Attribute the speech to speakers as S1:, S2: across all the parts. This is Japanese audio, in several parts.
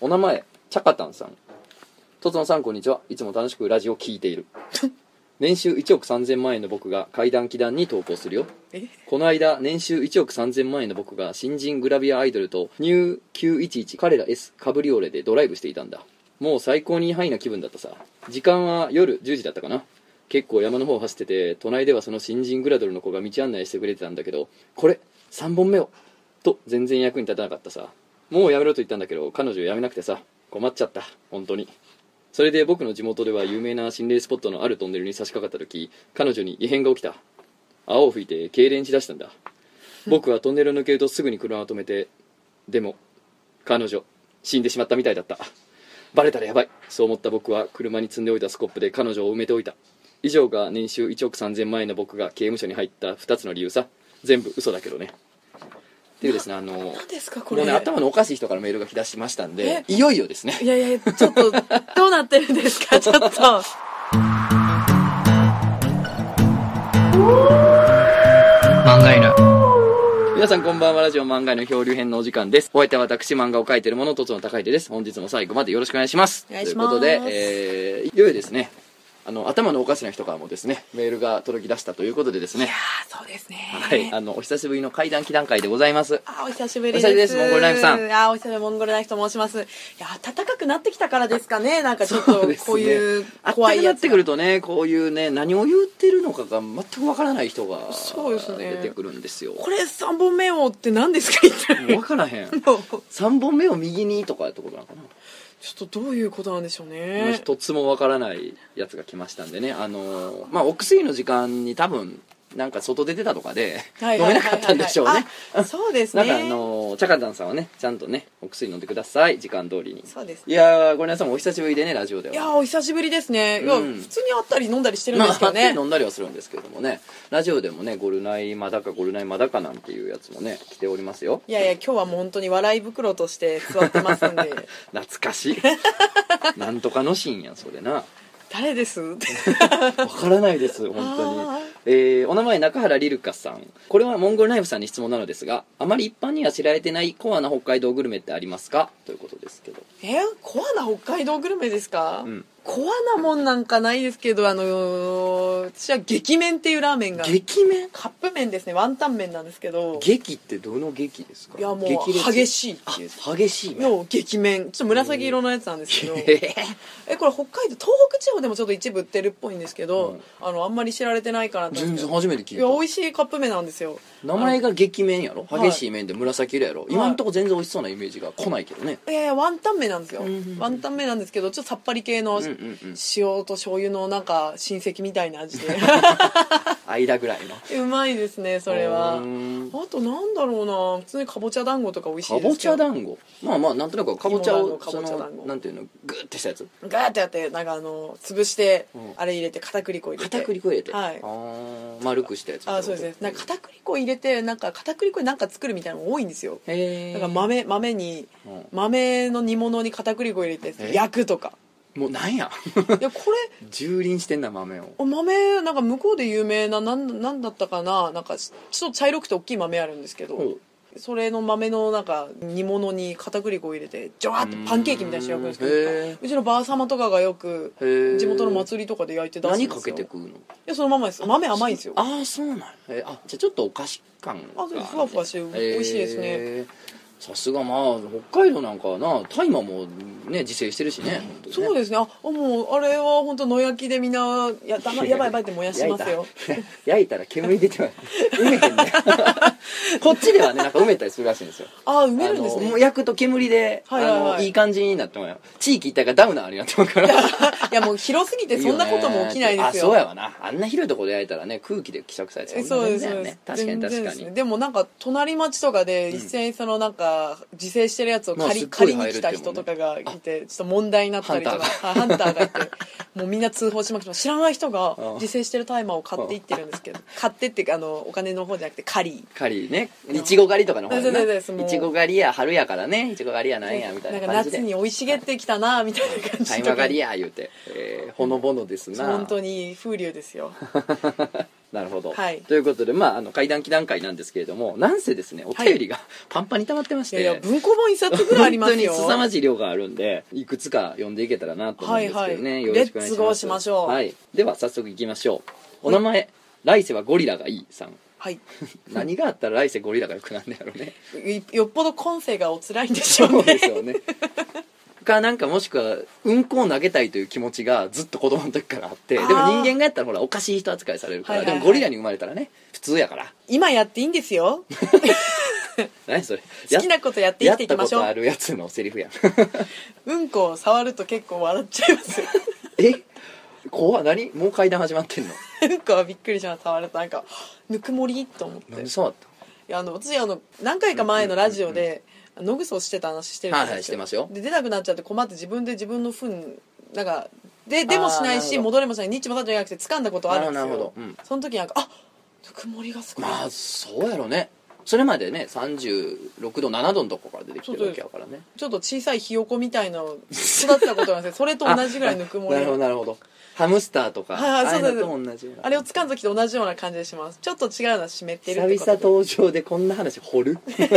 S1: お名前チャカタンさんとつのさんこんにちはいつも楽しくラジオ聞いている年収1億3000万円の僕が怪談祈談に投稿するよ
S2: え
S1: この間年収1億3000万円の僕が新人グラビアアイドルとニュー911彼ら S カブリオレでドライブしていたんだもう最高にハイな気分だったさ時間は夜10時だったかな結構山の方を走ってて隣ではその新人グラドルの子が道案内してくれてたんだけどこれ3本目をと全然役に立たなかったさもうやめろと言ったんだけど彼女やめなくてさ困っちゃった本当にそれで僕の地元では有名な心霊スポットのあるトンネルに差し掛かった時彼女に異変が起きた青を吹いて痙攣しだした んだ僕はトンネルを抜けるとすぐに車を止めてでも彼女死んでしまったみたいだったバレたらやばいそう思った僕は車に積んでおいたスコップで彼女を埋めておいた以上が年収1億3000万円の僕が刑務所に入った2つの理由さ全部嘘だけどねっていうですねあの
S2: 何ですかこ
S1: これ
S2: れ
S1: ね頭のおかしい人からメールが来だしましたんで
S2: え
S1: いよいよですね
S2: いやいやちょ っとどうなってるんですかちょっと
S3: 漫画犬
S1: 皆さんこんばんはラジオ漫画の漂流編のお時間ですお相手は私漫画を描いているものとつの高い手です本日も最後までよろしくお願いします
S2: お願い
S1: とい
S2: し
S1: う
S2: ます
S1: ことで、えー、いよいよですねあの頭のおかしな人からもですねメールが届き出したということでですね
S2: あそうですね
S1: はいあのお久しぶりの怪談祈談会でございます
S2: あお久しぶりです
S1: お久しぶりですモンゴルナイフさん
S2: あお久しぶりモンゴルナイフと申しますいや暖かくなってきたからですかねなんかちょっとこういう
S1: 怖
S2: 怖
S1: い
S2: い
S1: や
S2: や
S1: っ
S2: つ
S1: てくるとねこういうね何を言ってるのかが全くわからない人が
S2: そうですね
S1: 出てくるんですよ
S2: これ3本目をって何ですか一体
S1: もうわからへん
S2: もう
S1: 3本目を右にとかってことなのかな
S2: ちょっとどういうことなんでしょう
S1: まあ
S2: ね
S1: 一つもわからないやつが来ましたんでねあのーまあお薬の時間に多分なんか外出てたとかで
S2: はい
S1: 飲
S2: はい
S1: め
S2: はい
S1: な
S2: はい
S1: かったんでしょうね
S2: あそうです
S1: な
S2: ね
S1: んかあのーチャカタンさんはねちゃんとねお薬飲んでください時間通りに
S2: そうです
S1: いやーごめんなさいお久しぶりでねラジオで
S2: いや
S1: は
S2: ーお久しぶりですね、いや
S1: うん
S2: 普通に会ったり飲んだりしてるん
S1: ま
S2: で
S1: あ
S2: すけどね、
S1: 飲んだりはするんですけれどもねラジオでもねゴルナイマダかゴルナイマダかなんていうやつもね来ておりますよ
S2: いやいや今日はもう本当に笑い袋として座ってます んで
S1: 懐かしい なんとかのシーンやんそれな
S2: 誰ですって
S1: わからないです本当
S2: あ
S1: に、えーお名前中原リルカさんこれはモンゴルナイフさんに質問なのですがあまり一般には知られてないコアな北海道グルメってありますかということですけど
S2: えコアな北海道グルメですか、
S1: うん
S2: コアなもんなんかないですけどあのー私は激麺っていうラーメンが
S1: 激麺
S2: カップ麺ですねワンタン麺なんですけど
S1: 激ってどの激ですか
S2: いやもう激しいっ
S1: あ
S2: ていう
S1: 激しい麺
S2: の激麺ちょっと紫色のやつなんですけどえこれ北海道東北地方でもちょっと一部売ってるっぽいんですけど、あのあんまり知られてないからなんで す
S1: 全
S2: けど
S1: 然初めて聞
S2: いや美
S1: い
S2: 味しいカップ麺なんですよ
S1: た名前が激麺やろ
S2: はい
S1: 激しい麺で紫色やろ、今んとこ全然美味しそうなイメージが来ないけどね、
S2: いやいやワンタン麺なんですよ、
S1: うんうんうん
S2: ワンタン麺なんですけどちょっとさっぱり系の
S1: うんうんうん
S2: 塩と醤油のなんか親戚みたいな 味で
S1: 間ぐらいの
S2: うまいですねそれは
S1: うーん
S2: あとなんだろうな普通にかぼちゃ団子とか美味し
S1: か
S2: いで
S1: ぼ
S2: すけ
S1: ちゃ
S2: どぼち
S1: 団子まあまあなんとなくかぼちゃを
S2: 芋団子か
S1: そ
S2: ぼちゃ
S1: の
S2: 団子
S1: なんていうのグーってしたやつ
S2: ゃ団子ガーってやってなんかあの潰して、
S1: うん
S2: あれ入れて片栗粉入れて
S1: 片栗粉入れて、
S2: はい
S1: あー丸くしたやつ
S2: あそうですねなんか片栗粉入れてなんか片栗粉になんか作るみたいなの多いんですよ
S1: へえ
S2: なんか豆豆に
S1: うん
S2: 豆の煮物に片栗粉入れて
S1: え
S2: 焼くとか
S1: もうなんや
S2: いやこれ
S1: 蹂躙してんな豆を
S2: お豆なんか向こうで有名ななんなんだったかななんかちょっと茶色くて大きい豆あるんですけど、それの豆のなんか煮物に片栗粉を入れてジョワーってパンケーキみたいにして焼くんですけど
S1: うーんへー
S2: うちのばあ様とかがよく
S1: へえ
S2: 地元の祭りとかで焼いて出すんです
S1: 何
S2: よ
S1: かけて食うの
S2: いやそのままです豆甘いんですよ
S1: ああそうなんやへーあじゃあちょっとお菓子感が
S2: あそうですふわふわして美味しいですね
S1: へーさすがまあ北海道なんかはな大麻もね自生してるしね
S2: そう
S1: で
S2: ですねああもうあれは本当野焼きでみんなやだまやばいやばいって燃やしますよ
S1: 焼いた ら煙出ては埋めへんね こっちではねなんか埋めたりするらしいんですよ
S2: あ埋めるんで
S1: あ
S2: す
S1: のも
S2: ね
S1: う焼くと煙で、
S2: はいはいはい
S1: あのいい感じになってもらうよ地域一体がダウナーになってもらうから
S2: いやもう広すぎてそんなことも起きないですよ
S1: あそうやわなあんな広いとこで焼いたらね空気で希釈されて
S2: えそうです
S1: よ
S2: そうです
S1: ね確かに
S2: 全
S1: 確
S2: 然で
S1: か
S2: す
S1: に、
S2: ねでもなんか隣町とかで一斉にそのなんか自生してるやつを
S1: まあ
S2: 借り,、
S1: すっごい
S2: 借りに来た人とかがいてちょっと問題になったりとかはいハンターがいてもうみんな通報しまくって知らない人が
S1: うん
S2: 自生してる大麻を買っていってるんですけど買ってっていうかあのお金の方じゃなくて借り
S1: 狩りねいちご狩りとかの方
S2: そうそう
S1: ね
S2: そうそうもう
S1: いちご狩りや春やからねいちご狩りやなんや
S2: な
S1: み
S2: ん
S1: たい
S2: か
S1: な感じで
S2: 夏に生い茂ってきたなみたいな感じ
S1: タイ
S2: と
S1: マ
S2: か
S1: 狩りや言うて、えーほのぼのですな
S2: 本当に風流ですよ
S1: なるほど、
S2: はい
S1: ということで、まあ、あの怪談期談会なんですけれどもなんせですねお便りがパンパンに溜まってまし
S2: い
S1: て、
S2: やいや文庫本一冊ぐらいありますよ
S1: 本当に凄まじい量があるんでいくつか読んでいけたらなと思うんですけどね、
S2: はいはい
S1: よろしくお願いします
S2: レッツゴーしましょう
S1: はい、では早速いきましょうお名前、来世はゴリラがいいさん
S2: はい
S1: 何があったら来世ゴリラがよくなんだろうね
S2: いよっぽど今世がお辛いんでしょ
S1: そうう で
S2: ね
S1: すよねかなんかもしくはうんこを投げたいという気持ちがずっと子供の時からあってでも
S2: あー
S1: 人間がやったらほらおかしい人扱いされるから、
S2: はいはいは
S1: で
S2: い
S1: もゴリラに生まれたらね普通やから
S2: 今やっていいんですよ
S1: 何それ
S2: 好きなことやって生
S1: や
S2: き
S1: ってや
S2: いき
S1: った
S2: ま
S1: こ
S2: しょ
S1: とあ
S2: う
S1: るやつのセリフやん
S2: うんこを触ると結構笑っちゃいます
S1: え怖っ何もう階段始まってんの
S2: うんこはびっくりします触るとなんかぬくもりと思っ
S1: なん
S2: て
S1: で触った
S2: いやあの私あの何回か前のラジオで野ぐそしてた話してるじゃな
S1: はい
S2: いですか
S1: はいしてますよ
S2: で出なくなっちゃって困って自分で自分の糞なんかででもしな
S1: あー
S2: い
S1: なる
S2: し
S1: ほど
S2: 戻れもしないニッチもタッチもじゃなくて掴んだことあるんですよ
S1: なるほどなるほど
S2: その時なんかあぬくもりがすごい、
S1: まあそうやろねそれまでね36度7度のとこから出てきてるわけやからね
S2: ちょっと小さいひよこみたいなのを育てたことがあるんですよそれと同じぐらいぬくもり
S1: なるほどなるほどハムスターとか
S2: はいはい
S1: ああい
S2: そう
S1: う
S2: そう
S1: のと
S2: そう
S1: 同じような
S2: あれを掴んだ時と同じような感じがしますちょっと違うのは湿ってるっ
S1: 久々
S2: てことで
S1: 登場でこんな話掘る じゃあ、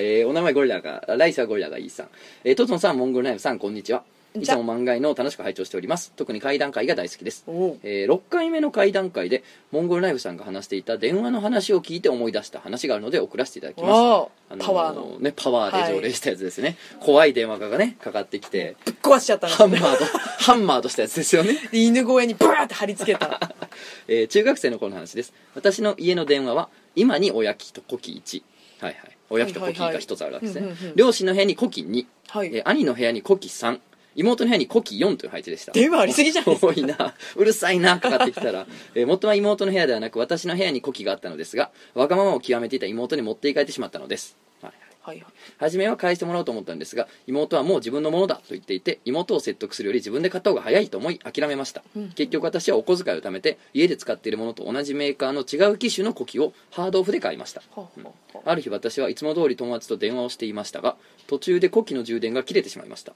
S1: えーお名前ゴリラが来世はゴリラがいいさん、えートトンさんモンゴルナイフさんこんにちは
S2: こん
S1: い
S2: にちは
S1: つも漫画の楽しく拝聴しております特に怪談会が大好きです
S2: おう
S1: えー6回目の会談会でモンゴルナイフさんが話していた電話の話を聞いて思い出した話があるので送らせていただきます
S2: わあ
S1: あのー
S2: パワーの
S1: ねパワーで条例したやつですね、怖い電話がねかかってきて
S2: ぶっ壊しちゃったんです
S1: ハ
S2: よ
S1: ンマ
S2: ね
S1: ーとハンマーとしたやつですよね
S2: で犬小屋にブワーって貼り付けた
S1: えー中学生の頃の話です私の家の電話は今におやきとコキ1はいはいおやきとコキが一つあるわけですね、
S2: はいはいはいうんうんうん
S1: 両親の部屋にコキ2、
S2: は
S1: え
S2: い
S1: ー兄の部屋にコキ3妹の部屋にコキ4という配置でした
S2: 電話ありすぎじゃないです か
S1: 多いなうるさいなかかってきたら、 えー元は妹の部屋ではなく私の部屋にコキがあったのですがわがままを極めていた妹に持っていかれてしまったのです、はいはい
S2: はいはい
S1: 初めは返してもらおうと思ったんですが妹はもう自分のものだと言っていて妹を説得するより自分で買った方が早いと思い諦めました、
S2: うん
S1: 結局私はお小遣いを貯めて家で使っているものと同じメーカーの違う機種のコキをハードオフで買いました
S2: ほうほうほう
S1: ある日私はいつも通り友達と電話をしていましたが途中でコキの充電が切れてしまいました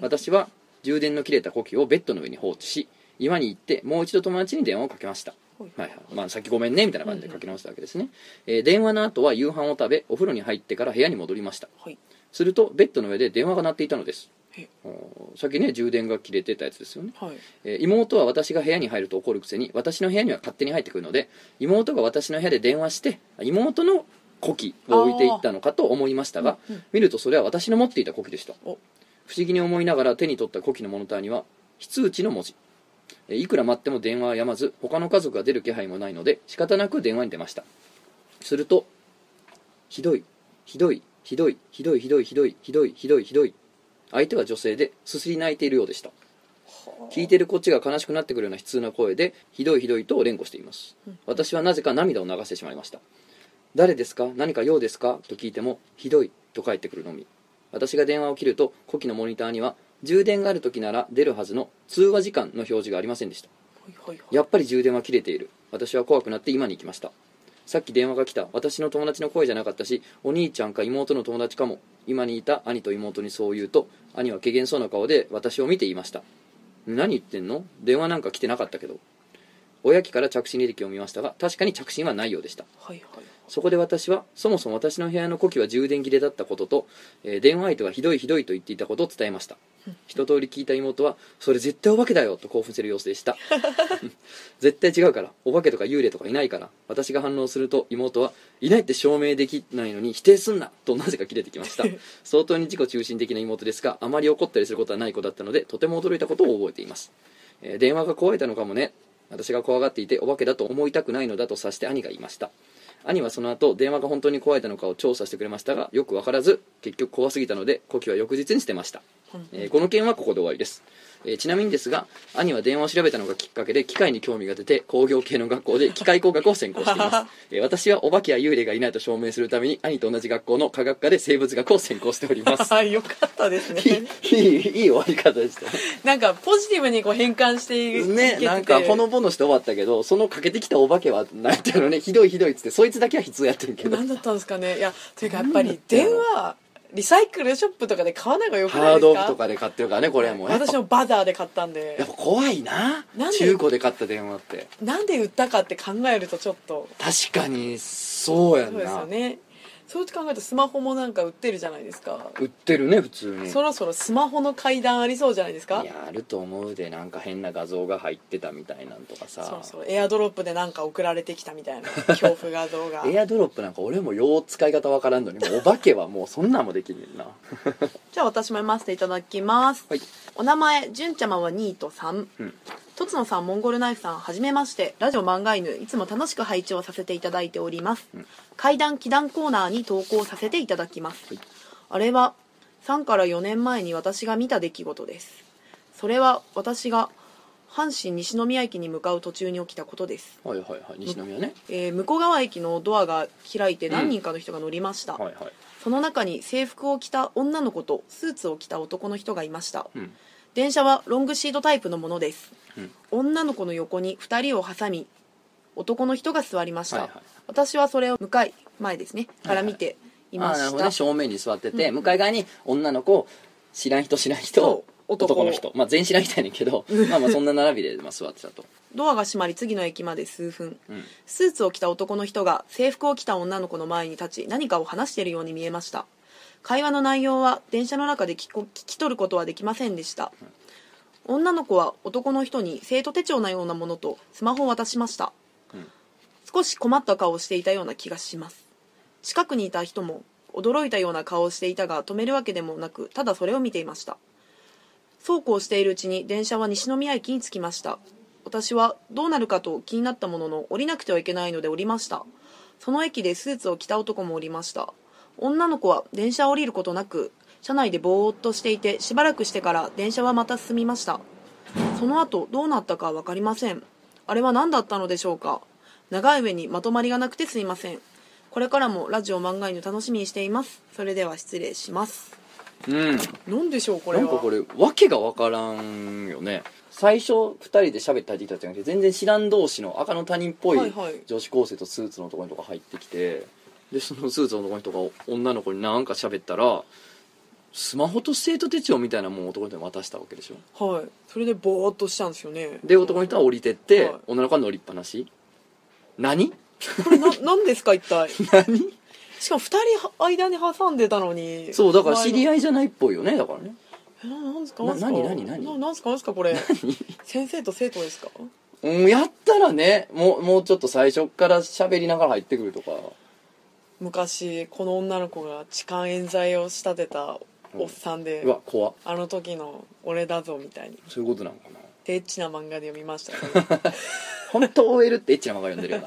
S1: 私は充電の切れたコキをベッドの上に放置し今に行ってもう一度友達に電話をかけました
S2: ほい
S1: はいはいまあ、さっきごめんねみたいな感じでかけ直したわけですね、えー電話の後は夕飯を食べお風呂に入ってから部屋に戻りました
S2: はい
S1: するとベッドの上で電話が鳴っていたのです
S2: へ
S1: おーさっきね充電が切れてたやつですよね、
S2: はい
S1: えー妹は私が部屋に入ると怒るくせに私の部屋には勝手に入ってくるので妹が私の部屋で電話して妹の古希を置いていったのかと思いましたが、
S2: うんうん
S1: 見るとそれは私の持っていた古希でした
S2: お
S1: 不思議に思いながら手に取った古希のモニターには「非通知」の文字えーいくら待っても電話はやまず他の家族が出る気配もないので仕方なく電話に出ましたすると「ひどいひどいひどいひどいひどいひどいひどいひどいひどい」相手は女性ですすり泣いているようでした聞いてるこっちが悲しくなってくるような悲痛な声で「ひどいひどい」と連呼しています私はなぜか涙を流してしまいました「誰ですか何か用ですか?」と聞いても「ひどい」と返ってくるのみ私が電話を切ると古希のモニターには充電がある時なら出るはずの通話時間の表示がありませんでした
S2: はいはいはい
S1: やっぱり充電は切れている私は怖くなって今に行きましたさっき電話が来た私の友達の声じゃなかったしお兄ちゃんか妹の友達かも今にいた兄と妹にそう言うと兄は怪げそうな顔で私を見て言いました何言ってんの電話なんか来てなかったけど親機から着信履歴を見ましたが確かに着信はないようでした
S2: はいはい
S1: そこで私はそもそも私の部屋の呼気は充電切れだったことと、えー電話相手はひどいひどいと言っていたことを伝えました一通り聞いた妹は「それ絶対お化けだよ」と興奮してる様子でした絶対違うからお化けとか幽霊とかいないから私が反応すると妹は「いないって証明できないのに否定すんな」となぜか切れてきました相当に自己中心的な妹ですがあまり怒ったりすることはない子だったのでとても驚いたことを覚えています、えー電話が壊れたのかもね私が怖がっていてお化けだと思いたくないのだと察して兄が言いました兄はその後電話が本当に壊れたのかを調査してくれましたがよく分からず結局怖すぎたので呼気は翌日に捨てました、
S2: うん
S1: えーこの件はここで終わりです、えーちなみにですが兄は電話を調べたのがきっかけで機械に興味が出て工業系の学校で機械工学を専攻しています えー私はお化けや幽霊がいないと証明するために兄と同じ学校の科学科で生物学を専攻しており ます
S2: あよかったです
S1: い
S2: ね
S1: いいいいい終わり方でしたね
S2: なんかポジティブにこう変換していけて
S1: ね、なんかほのぼのして終わったけどそのかけてきたお化けはなんていうのねひどいひどいっつってそいつだけは普通やってるけど
S2: 何だったんですかねいやというかやっぱり電話リサイクルショップとかで買わない方がよくない
S1: ハー
S2: ですか
S1: ドオフとかで買ってるからねこれはもうやっぱ
S2: 私もバザーで買ったん
S1: や
S2: で
S1: っぱ怖いな
S2: なんで
S1: 中古で買った電話って
S2: なんで売ったかって考えるとちょっと
S1: 確かにそうや
S2: そ
S1: ん
S2: うですよ
S1: な、
S2: ねそうやって考えるとスマホもなんか売ってるじゃないですか、
S1: 売ってるね普通に
S2: そろそろスマホの階段ありそうじゃないですか
S1: いやあると思うでなんか変な画像が入ってたみたいなんとかさ
S2: そろそろエアドロップでなんか送られてきた みたいな恐怖画像が
S1: エアドロップなんか俺もよう使い方わからんのにもうお化けはもうそんなんもできんねんな
S2: じゃあ私も読ませていただきます、
S1: はい
S2: お名前純ちゃまは2と3
S1: うん
S2: とつのさんモンゴルナイフさんはじめましてラジオ漫画犬いつも楽しく拝聴させていただいております、
S1: ん
S2: 怪談祈談コーナーに投稿させていただきます、あれは3から4年前に私が見た出来事ですそれは私が阪神西宮駅に向かう途中に起きたことです、
S1: はいはいはい西宮ね、
S2: えー向こう側駅のドアが開いて何人かの人が乗りました、
S1: はいはい
S2: その中に制服を着た女の子とスーツを着た男の人がいました、
S1: うん
S2: 電車はロングシートタイプのものです、
S1: うん
S2: 女の子の横に2人を挟み男の人が座りました、
S1: はいはい
S2: 私はそれを向かい前ですねから見てい
S1: あ
S2: ま
S1: あ
S2: し
S1: ーな
S2: た、
S1: るほどね正面に座ってて、
S2: うん
S1: 向かい側に女の子知らん人知らん人
S2: そう男
S1: の人まあ全員知らん人やねんけ どまあまあそんな並びでまあ座ってたと、
S2: ドアが閉まり次の駅まで数分
S1: うん、
S2: スーツを着た男の人が制服を着た女の子の前に立ち何かを話しているように見えました会話の内容は電車の中で聞こ聞き取ることはできませんでした女の子は男の人に生徒手帳のようなものとスマホを渡しました、
S1: うん
S2: 少し困った顔をしていたような気がします近くにいた人も驚いたような顔をしていたが止めるわけでもなくただそれを見ていましたそうこうしているうちに電車は西宮駅に着きました私はどうなるかと気になったものの降りなくてはいけないので降りましたその駅でスーツを着た男も降りました女の子は電車を降りることなく車内でぼーっとしていてしばらくしてから電車はまた進みましたその後どうなったかは分かりませんあれは何だったのでしょうか長い上にまとまりがなくてすいませんこれからもラジオ漫画犬楽しみにしていますそれでは失礼します
S1: うん
S2: 何でしょうこれ
S1: な
S2: は
S1: んかこれ訳が分からんよね最初2人で喋って入ってきたじゃなくて全然知らん同士の赤の他人っぽ
S2: はい
S1: い
S2: はい
S1: 女子高生とスーツの男の人が入ってきてでそのスーツの男の人が女の子になんか喋ったらスマホと生徒手帳みたいなもんを男の人に渡したわけでしょ
S2: はいそれでぼーっとしたんですよね
S1: で男の人は降りてって、
S2: はい
S1: 女の子は乗りっぱなし何
S2: これな何ですか 一体しかも2人間に挟んでたのに
S1: そうだから知り
S2: い
S1: 合いじゃないっぽいよねだからね
S2: えななんですか
S1: な
S2: なんですか
S1: 何何何
S2: ななんすかなんすかこれ先生と生徒ですか
S1: うんやったらねもうもうちょっと最初から喋りながら入ってくるとか
S2: 昔この女の子が痴漢冤罪を仕立てたおっさんで、
S1: うわ怖っ
S2: あの時の俺だぞみたいに
S1: そういうことなのかな
S2: でエッチな漫画で読みましたけど
S1: 本当 OL ってエッチな漫画読んでるよ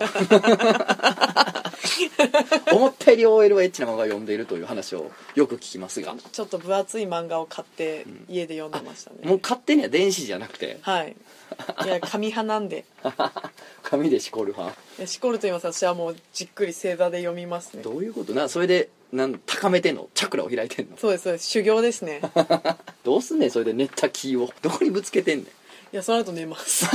S1: な思ったより OL はエッチな漫画読んでいるという話をよく聞きますが
S2: ちょっと分厚い漫画を買って家で読んでましたね、
S1: もう勝手には電子じゃなくて
S2: はいいや紙派なんで
S1: 紙でしこるファン
S2: いやしこると言います私はもうじっくり正座で読みますね
S1: どういうことなそれでなん高めてんのチャクラを開いてんの
S2: そうですそうです修行です ね
S1: どうすんねんそれで寝た気をどこにぶつけてんねん
S2: いやその後寝ます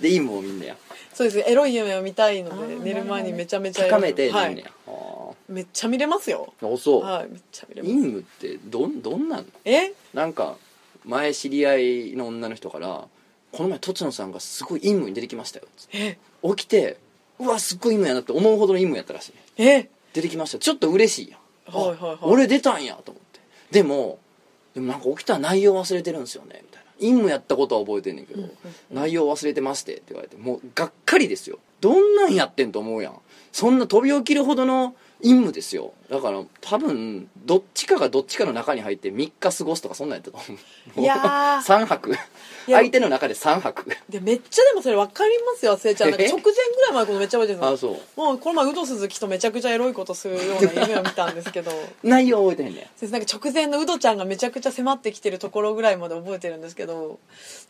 S1: でいいもんみんなや
S2: そうですエロい夢を見たいので
S1: あー
S2: 寝る前にめちゃめちゃエロ
S1: 高
S2: い
S1: めて
S2: は
S1: 寝んね
S2: い
S1: や、あ
S2: めっちゃ見れますよ
S1: あそう、
S2: はいめっちゃ見れま
S1: イ
S2: す
S1: ンムってどんどんなん
S2: え
S1: なんか前知り合いの女の人から「この前とつのさんがすごい陰夢に出てきましたよ」つって
S2: え
S1: 起きて「うわすっごい陰夢やな」って思うほどの陰夢やったらしいね
S2: え
S1: 出てきましたちょっと嬉しいやん、
S2: はいはいはい
S1: あ俺出たんやと思ってでもでもなんか起きた内容忘れてるんですよねみたいな陰夢やったことは覚えてんねんけど、内容忘れてましてって言われてもうがっかりですよどんなんやってんと思うやんそんな飛び起きるほどの陰夢ですよだから多分どっちかがどっちかの中に入って3日過ごすとかそんなんやったと思う
S2: いやー
S1: 3泊
S2: や
S1: 相手の中で3泊
S2: でめっちゃでもそれ分かりますよせいちゃんなんか
S1: え
S2: 直前ぐらい前のことめっちゃ覚えてるんです
S1: あ
S2: よ
S1: そう
S2: もうこの前ウド鈴木とめちゃくちゃエロいことするような夢を見たんですけど
S1: 内容覚えてへんねん
S2: 先生なんか直前のウドちゃんがめちゃくちゃ迫ってきてるところぐらいまで覚えてるんですけど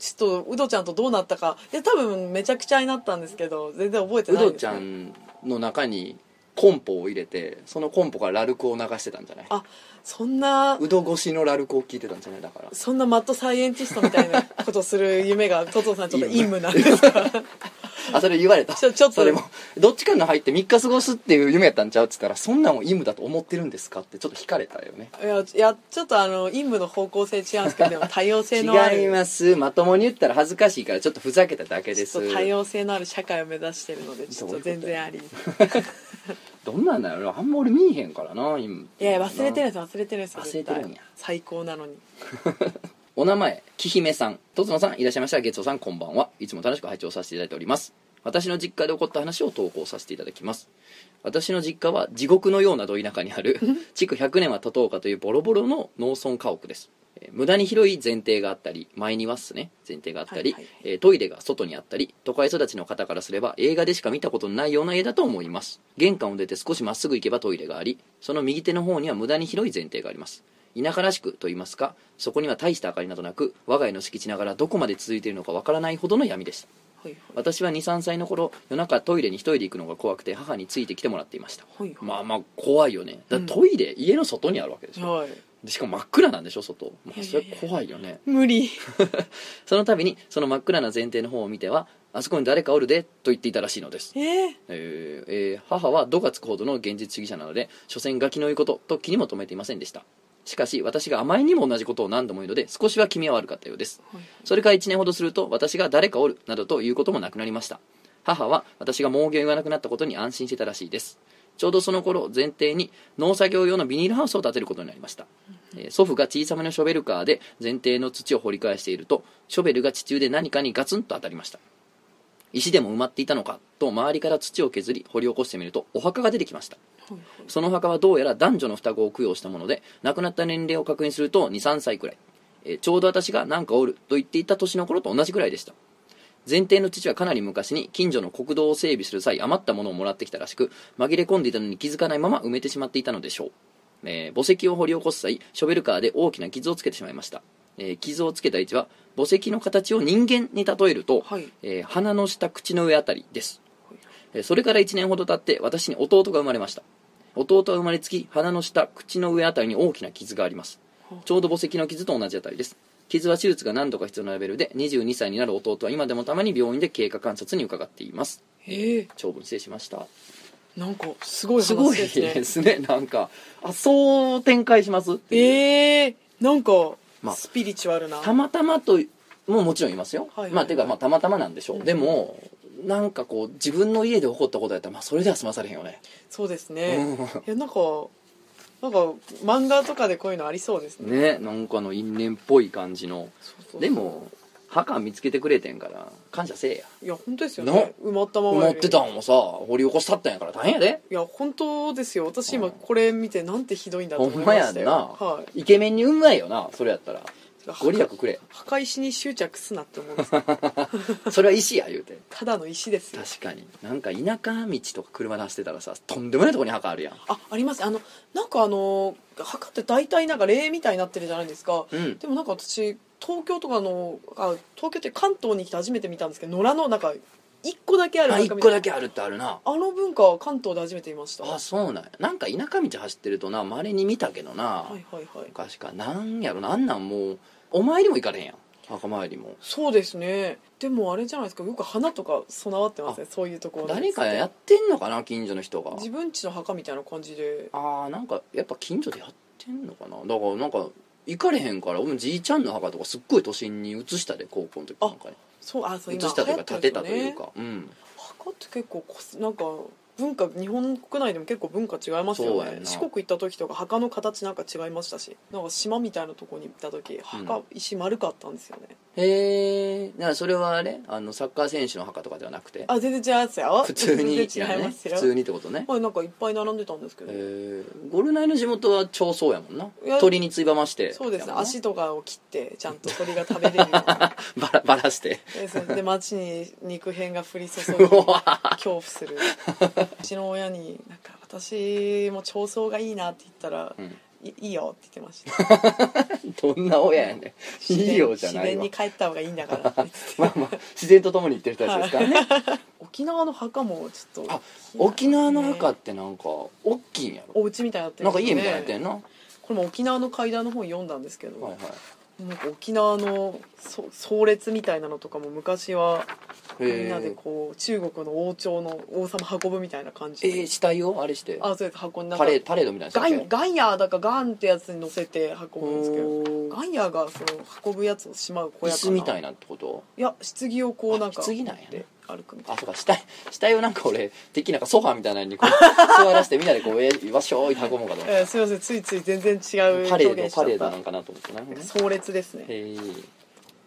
S2: ちょっとウドちゃんとどうなったかいや多分めちゃくちゃになったんですけど全然覚えて
S1: ウ
S2: ない
S1: ド
S2: です
S1: ちゃんの中にコンポを入れてそのコンポからラルクを流してたんじゃない
S2: あそんな
S1: ウド越しのラルクを聞いてたんじゃないだから
S2: そんなマッドサイエンティストみたいなことする夢がトトさんちょっと陰夢なんですか
S1: あそれ言われた
S2: ちょちょっと
S1: それもどっちかの入って3日過ごすっていう夢やったんちゃうっつったらそんなんを義務だと思ってるんですかってちょっと惹かれたよね
S2: いやいやちょっとあの陰部の方向性違うんですけどでも多様性の ある
S1: 違いますまともに言ったら恥ずかしいからちょっとふざけただけです
S2: ちょっと多様性のある社会を目指してるのでちょっと全然あり
S1: どんなんだろうあんま俺見えへんからな今
S2: いやいや忘れてるんです忘れてるんですよ
S1: 忘れ
S2: 絶対
S1: てるんや
S2: 最高なのに
S1: お名前きひめさんとつのさんいらっしゃいました月尾さんこんばんはいつも楽しく拝聴させていただいております私の実家で起こった話を投稿させていただきます私の実家は地獄のようなど田舎にあ る築100年は経とうかというボロボロの農村家屋ですえー無駄に広い前提があったり前庭っすね前提があったり、
S2: はいはい
S1: えートイレが外にあったり都会育ちの方からすれば映画でしか見たことのないような家だと思います玄関を出て少しまっすぐ行けばトイレがありその右手の方には無駄に広い前提があります田舎らしくと言いますかそこには大した明かりなどなく我が家の敷地ながらどこまで続いているのかわからないほどの闇でした
S2: ほいほい
S1: 私は23歳の頃夜中トイレに一人で行くのが怖くて母についてきてもらっていました
S2: ほいほい
S1: まあまあ怖いよねだって
S2: うん
S1: トイレ、家の外にあるわけでしょ
S2: はい
S1: でしかも真っ暗なんでしょ外、まあ、
S2: いやい
S1: そ
S2: や
S1: れ
S2: いや
S1: 怖いよね
S2: 無理
S1: その度にその真っ暗な前提の方を見てはあそこに誰かおるでと言っていたらしいのです
S2: えー、
S1: えーえー母は度がつくほどの現実主義者なので所詮ガキの言うことと気にも留めていませんでしたしかし私があまりにも同じことを何度も言うので少しは気味は悪かったようです
S2: ほい
S1: それから1年ほどすると私が誰かおるなどということもなくなりました母は私が盲言を言わなくなったことに安心してたらしいですちょうどその頃前提に農作業用のビニールハウスを建てることになりました、えー祖父が小さめのショベルカーで前提の土を掘り返しているとショベルが地中で何かにガツンと当たりました石でも埋まっていたのかと周りから土を削り掘り起こしてみるとお墓が出てきました
S2: ほいほい
S1: その墓はどうやら男女の双子を供養したもので亡くなった年齢を確認すると23歳くらい、えーちょうど私が何かおると言っていた年の頃と同じくらいでした前提の父はかなり昔に近所の国道を整備する際余ったものをもらってきたらしく紛れ込んでいたのに気づかないまま埋めてしまっていたのでしょう、えー墓石を掘り起こす際ショベルカーで大きな傷をつけてしまいました、えー傷をつけた位置は墓石の形を人間に例えると、
S2: はい
S1: えー鼻の下口の上あたりですえーそれから1年ほど経って私に弟が生まれました弟は生まれつき鼻の下口の上あたりに大きな傷があります
S2: ほう
S1: ちょうど墓石の傷と同じあたりです傷は手術が何度か必要なレベルで22歳になる弟は今でもたまに病院で経過観察に伺っています
S2: ええ
S1: 長文失礼しました
S2: なんかすごい
S1: すご
S2: 話
S1: い
S2: ですね
S1: ですねなんかあそう展開しますっていう
S2: ええなんか、
S1: まあ
S2: スピリチュアルな
S1: たまたまとももちろんいますよ、
S2: はいはいはい
S1: まあていうかまあたまたまなんでしょう、でもなんかこう自分の家で起こったことやったら、まあ、それでは済まされへんよね
S2: そうですね、
S1: うん
S2: いやなんかなんか漫画とかでこういうのありそうです
S1: ね
S2: ね
S1: なんかあの因縁っぽい感じの
S2: そうそうそう
S1: でも墓見つけてくれてんから感謝せえや
S2: いや本当ですよね埋まったまま
S1: 持
S2: よ
S1: っ
S2: り
S1: てたんもさ掘り起こしたったんやから大変やで
S2: いや本当ですよ私
S1: う
S2: 今
S1: ん
S2: これ見てなんてひどいんだと
S1: ほ
S2: 思
S1: ん
S2: い
S1: ま
S2: ま
S1: や
S2: し
S1: ん
S2: たよ
S1: な、
S2: はい
S1: イケメンにうんまいよなそれやった らご利益くれ
S2: 墓石に執着すなって思うんですけど
S1: それは石や言うて
S2: ただの石ですよ
S1: 確かになんか田舎道とか車で走ってたらさとんでもないとこに墓あるやん
S2: あありますあのなんかあの墓って大体なんか霊みたいになってるじゃないですか
S1: うん
S2: でもなんか私東京とかのあ東京って関東に来て初めて見たんですけど野良のなんか一個だけある
S1: あ
S2: なん
S1: 一
S2: かみた
S1: 個
S2: いな
S1: だけあるってあるな
S2: あの文化は関東で初めて見ました
S1: あそうなんやなんか田舎道走ってるとなまれに見たけどな、
S2: はいはいはい
S1: 昔かなんやろなんなんもうお参りも行かれへんやん墓参りも
S2: そうですねでもあれじゃないですかよく花とか備わってますねそういうところに
S1: 誰かやってんのかな近所の人が
S2: 自分家の墓みたいな感じで
S1: ああんかやっぱ近所でやってんのかなだからなんか行かれへんから俺もじいちゃんの墓とかすっごい都心に移したで高校の時なんかに
S2: そうあそう
S1: 移
S2: 今
S1: したというか
S2: 流行
S1: 建
S2: って
S1: て
S2: る
S1: た
S2: ん
S1: と
S2: ですよね
S1: いうかうん
S2: 墓って結構こすなんか文化日本国内でも結構文化違いますよ
S1: そうや
S2: ね
S1: んな
S2: 四国行った時とか墓の形なんか違いましたしなんか島みたいなとこに行った時墓、
S1: うん
S2: 石丸かったんですよね
S1: へえだからそれはあれあのサッカー選手の墓とかではなくて
S2: あ全然違いますよ
S1: 普通に
S2: 全然違いますよ、
S1: 普通にってことね
S2: はいなんかいっぱい並んでたんですけど、
S1: えー、ゴルナイの地元は超そうやもんない
S2: や
S1: 鳥についばまして
S2: そうですね
S1: やもんな
S2: 足とかを切ってちゃんと鳥が食べれるように
S1: ばらばらして
S2: でそれで街に肉片が降り注ぎ
S1: う
S2: 恐
S1: わ
S2: 怖するうちの親になんか私も長相がいいなって言ったら、
S1: うん
S2: いいいよって言ってました
S1: どんな親やねん い
S2: 自然
S1: いよじゃない
S2: 自然
S1: わ
S2: に帰った方がいいんだからって言って
S1: まあまあ自然と共に生きてる人たちです からね
S2: 沖縄の墓もちょっと
S1: あ沖縄の墓っ
S2: ね
S1: てなんか大きいんやろ
S2: お家みたいになって
S1: なん
S2: で
S1: か
S2: す
S1: 家
S2: よ
S1: みた
S2: ね
S1: いになってんな、
S2: これも沖縄の階段の本読んだんですけど、
S1: はいはい
S2: なんか沖縄のそ葬列みたいなのとかも昔はみんなでこう中国の王朝の王様運ぶみたいな感じ
S1: え
S2: で、
S1: ー、死体をあれして
S2: あそうです箱の
S1: パ
S2: 中
S1: レパレードみたいな
S2: ガ
S1: やつだ
S2: ン
S1: っけ
S2: ガンヤーだかガンってやつに乗せて運ぶんですけど
S1: おー
S2: ガンヤーがその運ぶやつをしまう小
S1: 椅
S2: 屋か
S1: 子
S2: な
S1: みたいなってこと
S2: いや棺をこうなんか
S1: あ棺なんやね
S2: で歩くみたい
S1: あそうか死体死体をなんか俺敵なんかソファーみたいなのにこう 座らせてみんなでこうえーわっしょーい運ぼうかと思っ
S2: な、えーすいませんついつい全然違
S1: て
S2: う
S1: パレー
S2: 表
S1: ド
S2: 現しち
S1: パ
S2: ゃった
S1: レードなんかなと思ってな
S2: 葬列ですね
S1: えー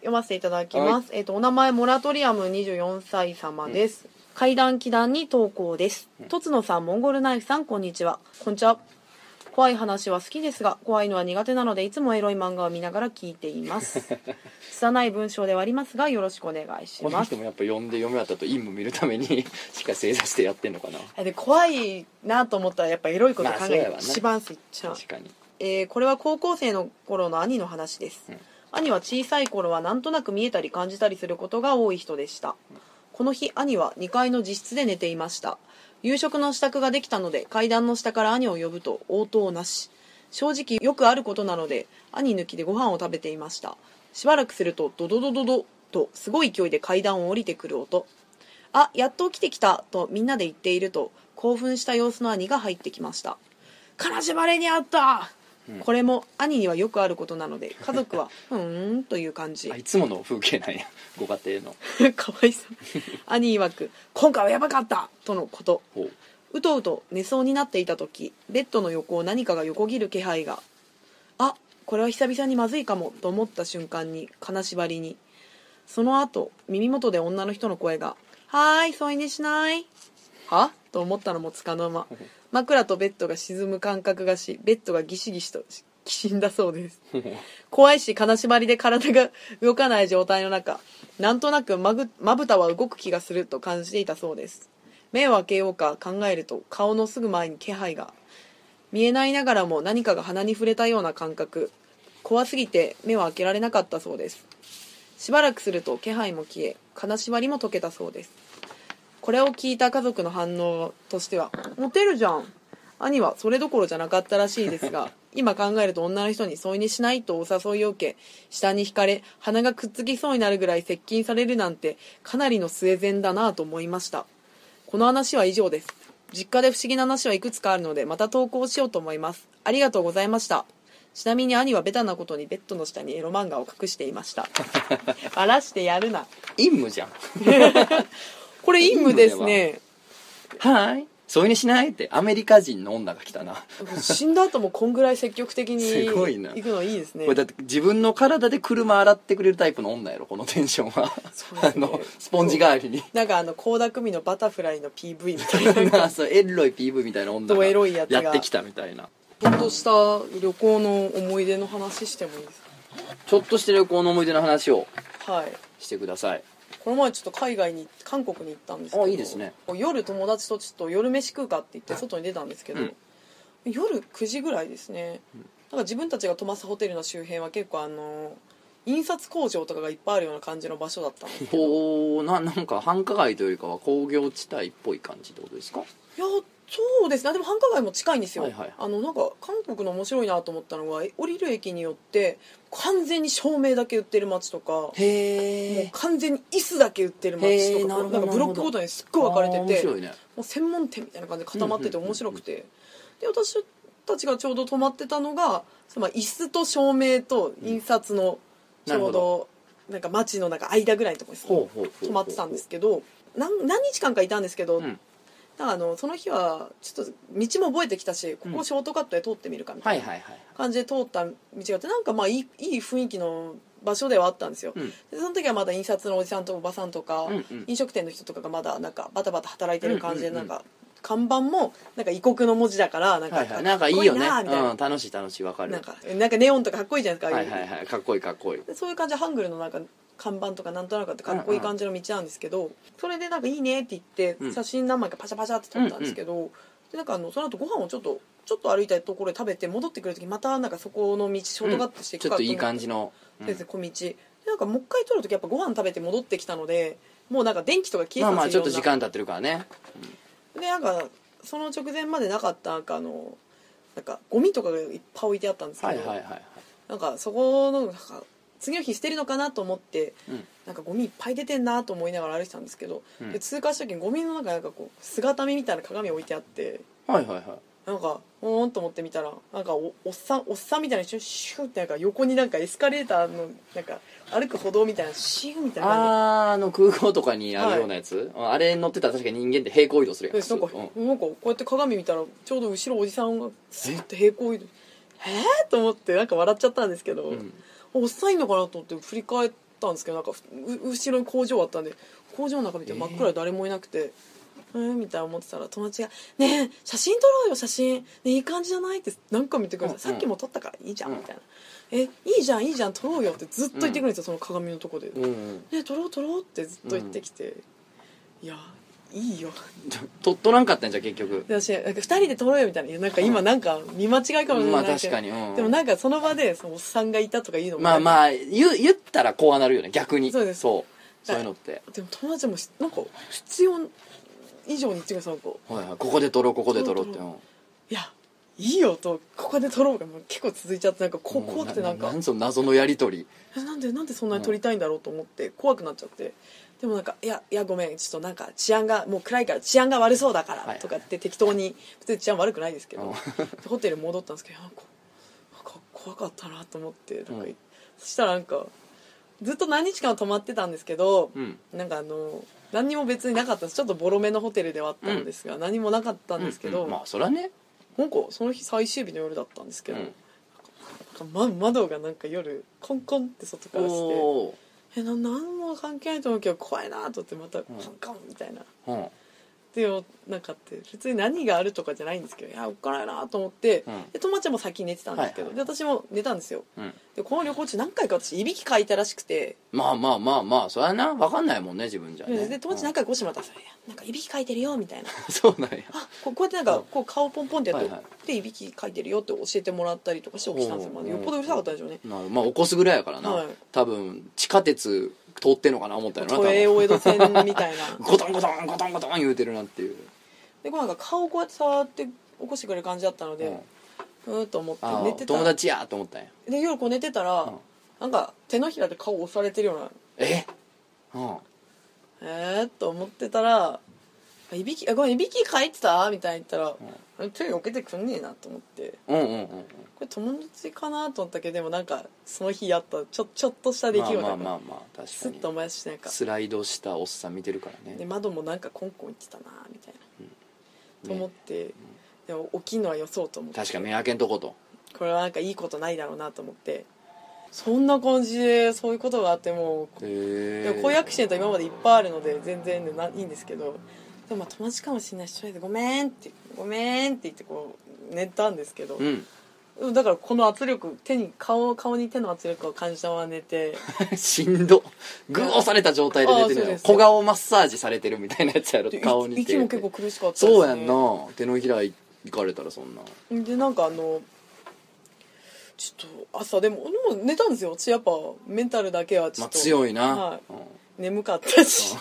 S2: 読ませていただきます、えっとお名前モラトリアム24歳様です、階段祈壇に投稿です
S1: ん
S2: とつのさんモンゴルナイフさんこんにちはこんにちは怖い話は好きですが怖いのは苦手なのでいつもエロい漫画を見ながら聞いています 拙い文章ではありますがよろしくお願いし
S1: こ
S2: ま
S1: の
S2: す
S1: 人もやっぱ読んで読み終わった後陰夢見るために しっかり正座してやってんのかな
S2: えで怖いなと思ったらやっぱエロいこと
S1: ま
S2: 考
S1: あそう
S2: え
S1: や
S2: る
S1: わな
S2: 一番スイッチャー
S1: 確かに
S2: えーこれは高校生の頃の兄の話です、
S1: うん
S2: 兄は小さい頃はなんとなく見えたり感じたりすることが多い人でした、この日兄は2階の自室で寝ていました夕食の支度ができたので階段の下から兄を呼ぶと応答なし正直よくあることなので兄抜きでご飯を食べていましたしばらくするとドドドドドとすごい勢いで階段を降りてくる音あやっと起きてきたとみんなで言っていると興奮した様子の兄が入ってきました金縛りにあった、これも兄にはよくあることなので家族はうーんという感じ
S1: あいつもの風景なんやご家庭の
S2: かわいそう兄曰く「今回はやばかった!」とのこと
S1: ほう
S2: うとうと寝そうになっていた時ベッドの横を何かが横切る気配があこれは久々にまずいかもと思った瞬間に金縛りにその後耳元で女の人の声が「はーい添い寝しない」はと思ったのもつかの間枕とベッドが沈む感覚がしベッドがギシギシとしきしんだそうです怖いし金縛りで体が 動かない状態の中なんとなくまぐまぶたは動く気がすると感じていたそうです目を開けようか考えると顔のすぐ前に気配が見えないながらも何かが鼻に触れたような感覚怖すぎて目は開けられなかったそうですしばらくすると気配も消え金縛りも解けたそうですこれを聞いた家族の反応としては「モテるじゃん」兄はそれどころじゃなかったらしいですが今考えると女の人に添い寝しないとお誘いを受け下に引かれ鼻がくっつきそうになるぐらい接近されるなんてかなりの末善だなぁと思いましたこの話は以上です実家で不思議な話はいくつかあるのでまた投稿しようと思いますありがとうございましたちなみに兄はベタなことにベッドの下にエロ漫画を隠していました 荒らしてやるな
S1: 陰夢じゃん
S2: これ陰夢ですね
S1: はーい添い寝しないってアメリカ人の女が来たな
S2: 死んだ後もこんぐらい積極的に
S1: すごいな
S2: 行くのいいですね
S1: これだって自分の体で車洗ってくれるタイプの女やろこのテンションは、
S2: そうで
S1: あ
S2: すね
S1: のスポンジ代わりに
S2: なんかあの倖田來未の「バタフライ」の PV みたいな
S1: な そうエロい PV みたいな女
S2: ド
S1: が
S2: エロいやつが
S1: やってきたみたいな
S2: ちょっとした旅行の思い出の話してもいいです
S1: ちょっとして旅行の思い出の話を
S2: かはい
S1: してください
S2: この前ちょっと海外に韓国に行ったんですけど
S1: あいいですね
S2: 夜友達とちょっと夜飯食うかって言って外に出たんですけど、
S1: うん
S2: 夜9時ぐらいですねなんか自分たちが泊ますホテルの周辺は結構あの印刷工場とかがいっぱいあるような感じの場所だ ったんですけど
S1: こうななんか繁華街というよりかは工業地帯っぽい感じってことですか
S2: いやそうですねでも繁華街も近いんですよ、
S1: はいはい
S2: あのなんか韓国の面白いなと思ったのが降りる駅によって完全に照明だけ売ってる街とかもう
S1: へえ
S2: 完全に椅子だけ売ってる街
S1: へ
S2: と
S1: ー
S2: か
S1: なるほど
S2: なんかブロックごとにすっごい分かれて
S1: 面
S2: て
S1: 白いね
S2: もう専門店みたいな感じで固まってて
S1: うんうんうんうん
S2: 面白くて、で私たちがちょうど泊まってたのがそのまあ椅子と照明と印刷の
S1: うん
S2: ちょうどなんか街のなんか間ぐらいのところに
S1: ほうほうほうほう
S2: 泊まってたんですけどなん何日間かいたんですけど、
S1: うん
S2: なんかあのその日はちょっと道も覚えてきたしここをショートカットで通ってみるかみた
S1: はいい
S2: な
S1: はいはい
S2: 感じで通った道があってなんかまあいいいい雰囲気の場所ではあったんですよ、
S1: うん
S2: でその時はまだ印刷のおじさんとおばさんとか、
S1: うんうん
S2: 飲食店の人とかがまだなんかバタバタ働いてる感じで
S1: うんうんう
S2: な
S1: ん
S2: んか看板もなんか異国の文字だからなんか
S1: はい
S2: か
S1: は
S2: っ
S1: いなんかいい
S2: こいい
S1: よね
S2: なみたいな
S1: うん、楽しい楽しいわかる
S2: なんかなんかネオンとかかっこいいじゃないですか、ああ
S1: は
S2: いう
S1: いはいはいかっこいいかっこいい
S2: でそういう感じでハングルのなんか看板とかなんとなくあってかっこいい感じの道なんですけど、それでなんか「いいね」って言って
S1: うん
S2: 写真何枚かパシャパシャって撮ったんですけど、でなんかあのその後ご飯をちょっとちょっと歩いたところで食べて戻ってくる時またなんかそこの道ショートカットしてい
S1: ち
S2: く
S1: ょっ
S2: か
S1: とい
S2: 思
S1: い
S2: って
S1: 感じの、うん
S2: 先生小道でなんかもう一回撮る時やっぱご飯食べて戻ってきたのでもうなんか電気とか消え
S1: ま
S2: てた
S1: あ
S2: ん
S1: まあ
S2: です
S1: ちょ
S2: よ
S1: っと時間経ってるからね
S2: でなんかその直前までなかったなんかあのなんかゴミとかがいっぱい置いてあったんですけ
S1: は
S2: ど、
S1: いはいはいはい
S2: なんかそこのなんか次の日捨てるのかなと思って
S1: うん
S2: なんかゴミいっぱい出てんなと思いながら歩いてたんですけど、
S1: うん
S2: で通過した時にゴミの中になんかこう姿見みたいな鏡置いてあって
S1: はいはいは
S2: なんかうーんと思って見たらなんかおおっさんおっさんみたいな人シューってなんか横になんかエスカレーターのなんか歩く歩道みたいなシューみ
S1: い
S2: たいな感じで
S1: あーあの空港とかにあるようなやつ、あれ乗ってたら確かに人間って平行移動するやん
S2: でなんか、
S1: うん
S2: なんかこうやって鏡見たらちょうど後ろおじさんがスッて平行移動ええー、と思ってなんか笑っちゃったんですけど、
S1: うん
S2: おっさんいんのかなと思って振り返ったんですけどなんかう後ろに工場あったんで工場の中見て真っ暗で誰もいなくて。えーみたいな思ってたら友達が「ねえ写真撮ろうよ写真、ねえ、いい感じじゃない?」って何回も言ってくるんですよ、
S1: うんうん
S2: さっきも撮ったからいいじゃん」
S1: うん
S2: みたいな「えいいじゃんいいじゃん撮ろうよ」ってずっと言ってくるんですよ、その鏡のとこで「
S1: うんうん
S2: ねえ撮ろう撮ろう」ってずっと言ってきて、いやいいよ
S1: と取らんかったんじゃん結局
S2: で私なんか2人で撮ろうよみたいないやなんか今なんか見間違いかもしれ
S1: ま
S2: な
S1: あ
S2: い
S1: 確かに、うん、
S2: でもなんかその場でそのおっさんがいたとかいうのも
S1: まあ
S2: あ
S1: まあ言う言ったらこうはなるよね逆に
S2: そうです
S1: そう
S2: だ
S1: そういうのって、
S2: でも友達もしなんか必要以上に言ってくるさなんか
S1: はいはい、ここで取ろうここで取ろうって
S2: 取
S1: うん
S2: いやいいよとここで撮ろうがもう結構続いちゃってなんかこう怖くてなんか
S1: なんその謎のやり取り
S2: えなんでなんでそんなに撮りたいんだろうと思って怖くなっちゃってでもなんか「いやいやごめんちょっとなんか治安がもう暗いから治安が悪そうだか
S1: は
S2: ら
S1: い」
S2: とかって適当に別に治安悪くないですけど、でホテル戻ったんですけどなんかなんか怖かったなと思ってなんか、
S1: うん
S2: そしたらなんかずっと何日間泊まってたんですけど、
S1: うん
S2: なんかあの何にも別になかったんですちょっとボロめのホテルではあったんですが、何もなかったんですけど、
S1: うんうんまあそれはね
S2: なんかその日最終日の夜だったんですけど、
S1: うん
S2: なんかま窓がなんか夜コンコンって外からして
S1: おー
S2: えな何も関係ないと思うけど怖いなと思ってまたコ
S1: ん
S2: ンコンみたいな。
S1: うんうん
S2: でよなんかって別に何があるとかじゃないんですけどいやおっかないなと思って、
S1: うん
S2: で友達も先に寝てたんですけど、
S1: はい
S2: で私も寝たんですよでこの旅行中何回か私いびきかいたらしくて、
S1: まあまあまあまあそれはな分かんないもんね自分じゃね
S2: で友達何回かしてもらったんですよいやなんかいびきかいてるよみた いな
S1: うんそうなんや
S2: あこうこうやってなんかこう顔ポンポンってやって、
S1: はいはい
S2: でいびきかいてるよって教えてもらったりとかして起きたんですよ、まあ、
S1: おう
S2: よっぽどうるさかったんでしょうね
S1: なるほどまあ起こすぐらいやからな、
S2: はい
S1: 多分地下鉄通ってんのかな思ったよな多
S2: 都営
S1: 分
S2: 大江戸線みたいな
S1: ゴトンゴトンゴトンゴトン言うてるなっていう、
S2: でこうなんか顔をこうやって触って起こしてくれる感じだったの
S1: うん
S2: で、、うーんと思って
S1: あ
S2: 寝
S1: あ
S2: てた
S1: 友達やと思ったんや
S2: で夜こう寝てたら、
S1: うん
S2: なんか手のひらで顔押されてるような
S1: えうん
S2: えー、と思ってたら「いびきあごめんいびきかいてた?」みたいに言ったら「手避けてくんねえな」と思って
S1: うんうんうん
S2: これ友達かなと思ったけどでもなんかその日やったちょちょっとした
S1: うん
S2: 出来事
S1: まあまあ
S2: が、
S1: まあまあ確
S2: ス
S1: か
S2: ッと
S1: に
S2: 思い出してなんか
S1: スライドしたおっさん見てるから
S2: で
S1: ね
S2: 窓もなんかコンコンいってたなみたいな、と思っ
S1: ね
S2: て、でも起きるのはよそうと思って
S1: 確か目開けんとこと
S2: これはなんかいいことないだろうなと思ってそんな感じでそういうことがあってもうで
S1: へ
S2: もこういうアクシデント今までいっぱいあるので全然ないいんですけどでもまあ友達かもしれないしとりあえず「ごめん」って「ごめん」って言ってこう寝たんですけど
S1: う、ん
S2: うんだからこの圧力手に顔顔に手の圧力を感じたまま寝て
S1: しんどグー押された状態で寝て
S2: あーそう
S1: る
S2: で
S1: の
S2: す
S1: 小顔マッサージされてるみたいなやつやろ
S2: で
S1: 顔に
S2: 息も結構苦しかった
S1: そうやんな手のひらいかれたらそんな
S2: でなんかあのちょっと朝でもでも寝たんですよ私やっぱメンタルだけはちょ
S1: まあ
S2: っと、
S1: 強いな、
S2: はい
S1: うん
S2: 眠かったし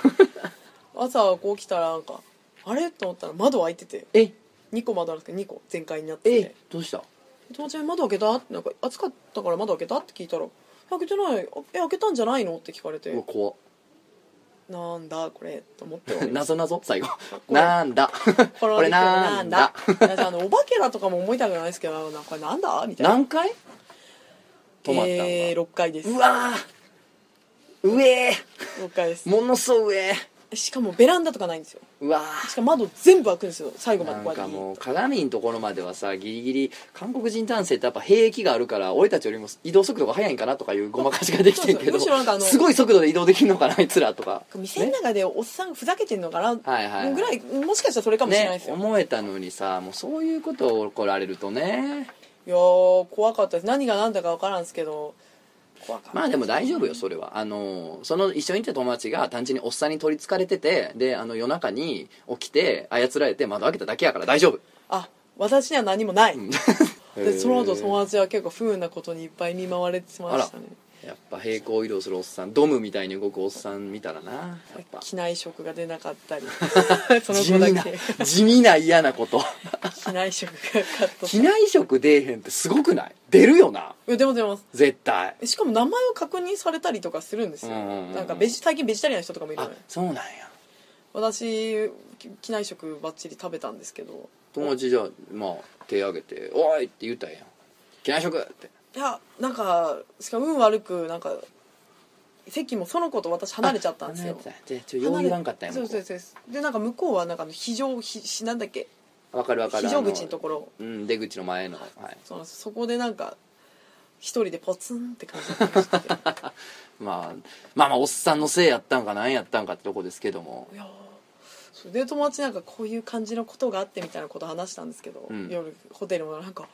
S2: 朝こう起きたらなんかあれと思ったら窓開いてて
S1: え
S2: 2個窓あるんですけど2個全開になってて
S1: えどうした
S2: 友達に窓開けたってなんか暑かったから窓開けたって聞いたら開けてないあえ開けたんじゃないのって聞かれて
S1: うわ怖っ
S2: なんだこれ と思って終わり
S1: なぞなぞ最後
S2: これ
S1: なん だ
S2: こ
S1: これなん だ
S2: なんだあのお化けだとかも思いたくないですけどなこれなんだみたいな
S1: 何回止まったんは
S2: えー、6回です
S1: うわー上
S2: 6回です
S1: ものそう上
S2: しかもベランダとかないんですよ
S1: うわ
S2: しかも窓全部開くんですよ最後まで
S1: な
S2: こ
S1: ん
S2: うや
S1: か
S2: って
S1: もう鏡のところまではさギリギリ韓国人男性ってやっぱ兵役があるから俺たちよりも移動速度が速いんかなとかいうごまかしができてるけど
S2: そうそうむしろなんかあの
S1: すごい速度で移動できるのかなあいつらとか
S2: 店の中でおっさんがふざけてんのかな、
S1: はいはいはい
S2: ぐらいもしかしたらそれかもしれない
S1: ね
S2: ですよ、
S1: 思えたのにさもうそういうことを怒られるとね
S2: いやー怖かったです何が何だか分からんですけど怖かった
S1: まあでも大丈夫よそれはあのその一緒にいた友達が単純におっさんに取りつかれててであの夜中に起きて操られて窓開けただけやから大丈夫
S2: あ私には何もない、 でその後友
S1: へ
S2: 達は結構不運なことにいっぱい見舞われてましたね
S1: えやっぱ平行移動するおっさんドムみたいに動くおっさん見たらなやっぱ
S2: 機内食が出な かったりその
S1: 地
S2: 子だ
S1: 味 な
S2: け
S1: 地味な嫌な こと
S2: 機内食がカッ トさ
S1: 機内食出えへんってすごくない出るよない
S2: やでもでも
S1: 絶対
S2: しかも名前を確認されたりとかするんですよ、
S1: うんうんうん
S2: なんかベジ最近ベジタリアンの人とかもいる
S1: あ
S2: のよ
S1: そうなんや
S2: 私き機内食ばっちり食べたんですけど
S1: 友達じゃあまあ手挙げて「おい!」って言ったらええやん「機内食!」って
S2: いやなんかしかも運悪くなんか席もその子と私離れちゃったんですよ
S1: あ離れてたでちょっと用意いらんかったんや
S2: そう
S1: 向
S2: で
S1: こ
S2: すそうですそうですでなんか向こうはなんかあの非常非しなんだっけ
S1: うわかるわかる
S2: 非常口のところ
S1: あのうん出口の前のはい
S2: そのそこでなんか一人でポツンって感じになりましたけどい
S1: まあまあまあおっさんのせいやったんかなんやったんかってとこですけども
S2: やーそれで友達なんかこういう感じのことがあってみたいなこと話したんですけど、
S1: うん
S2: 夜ホテルもなんか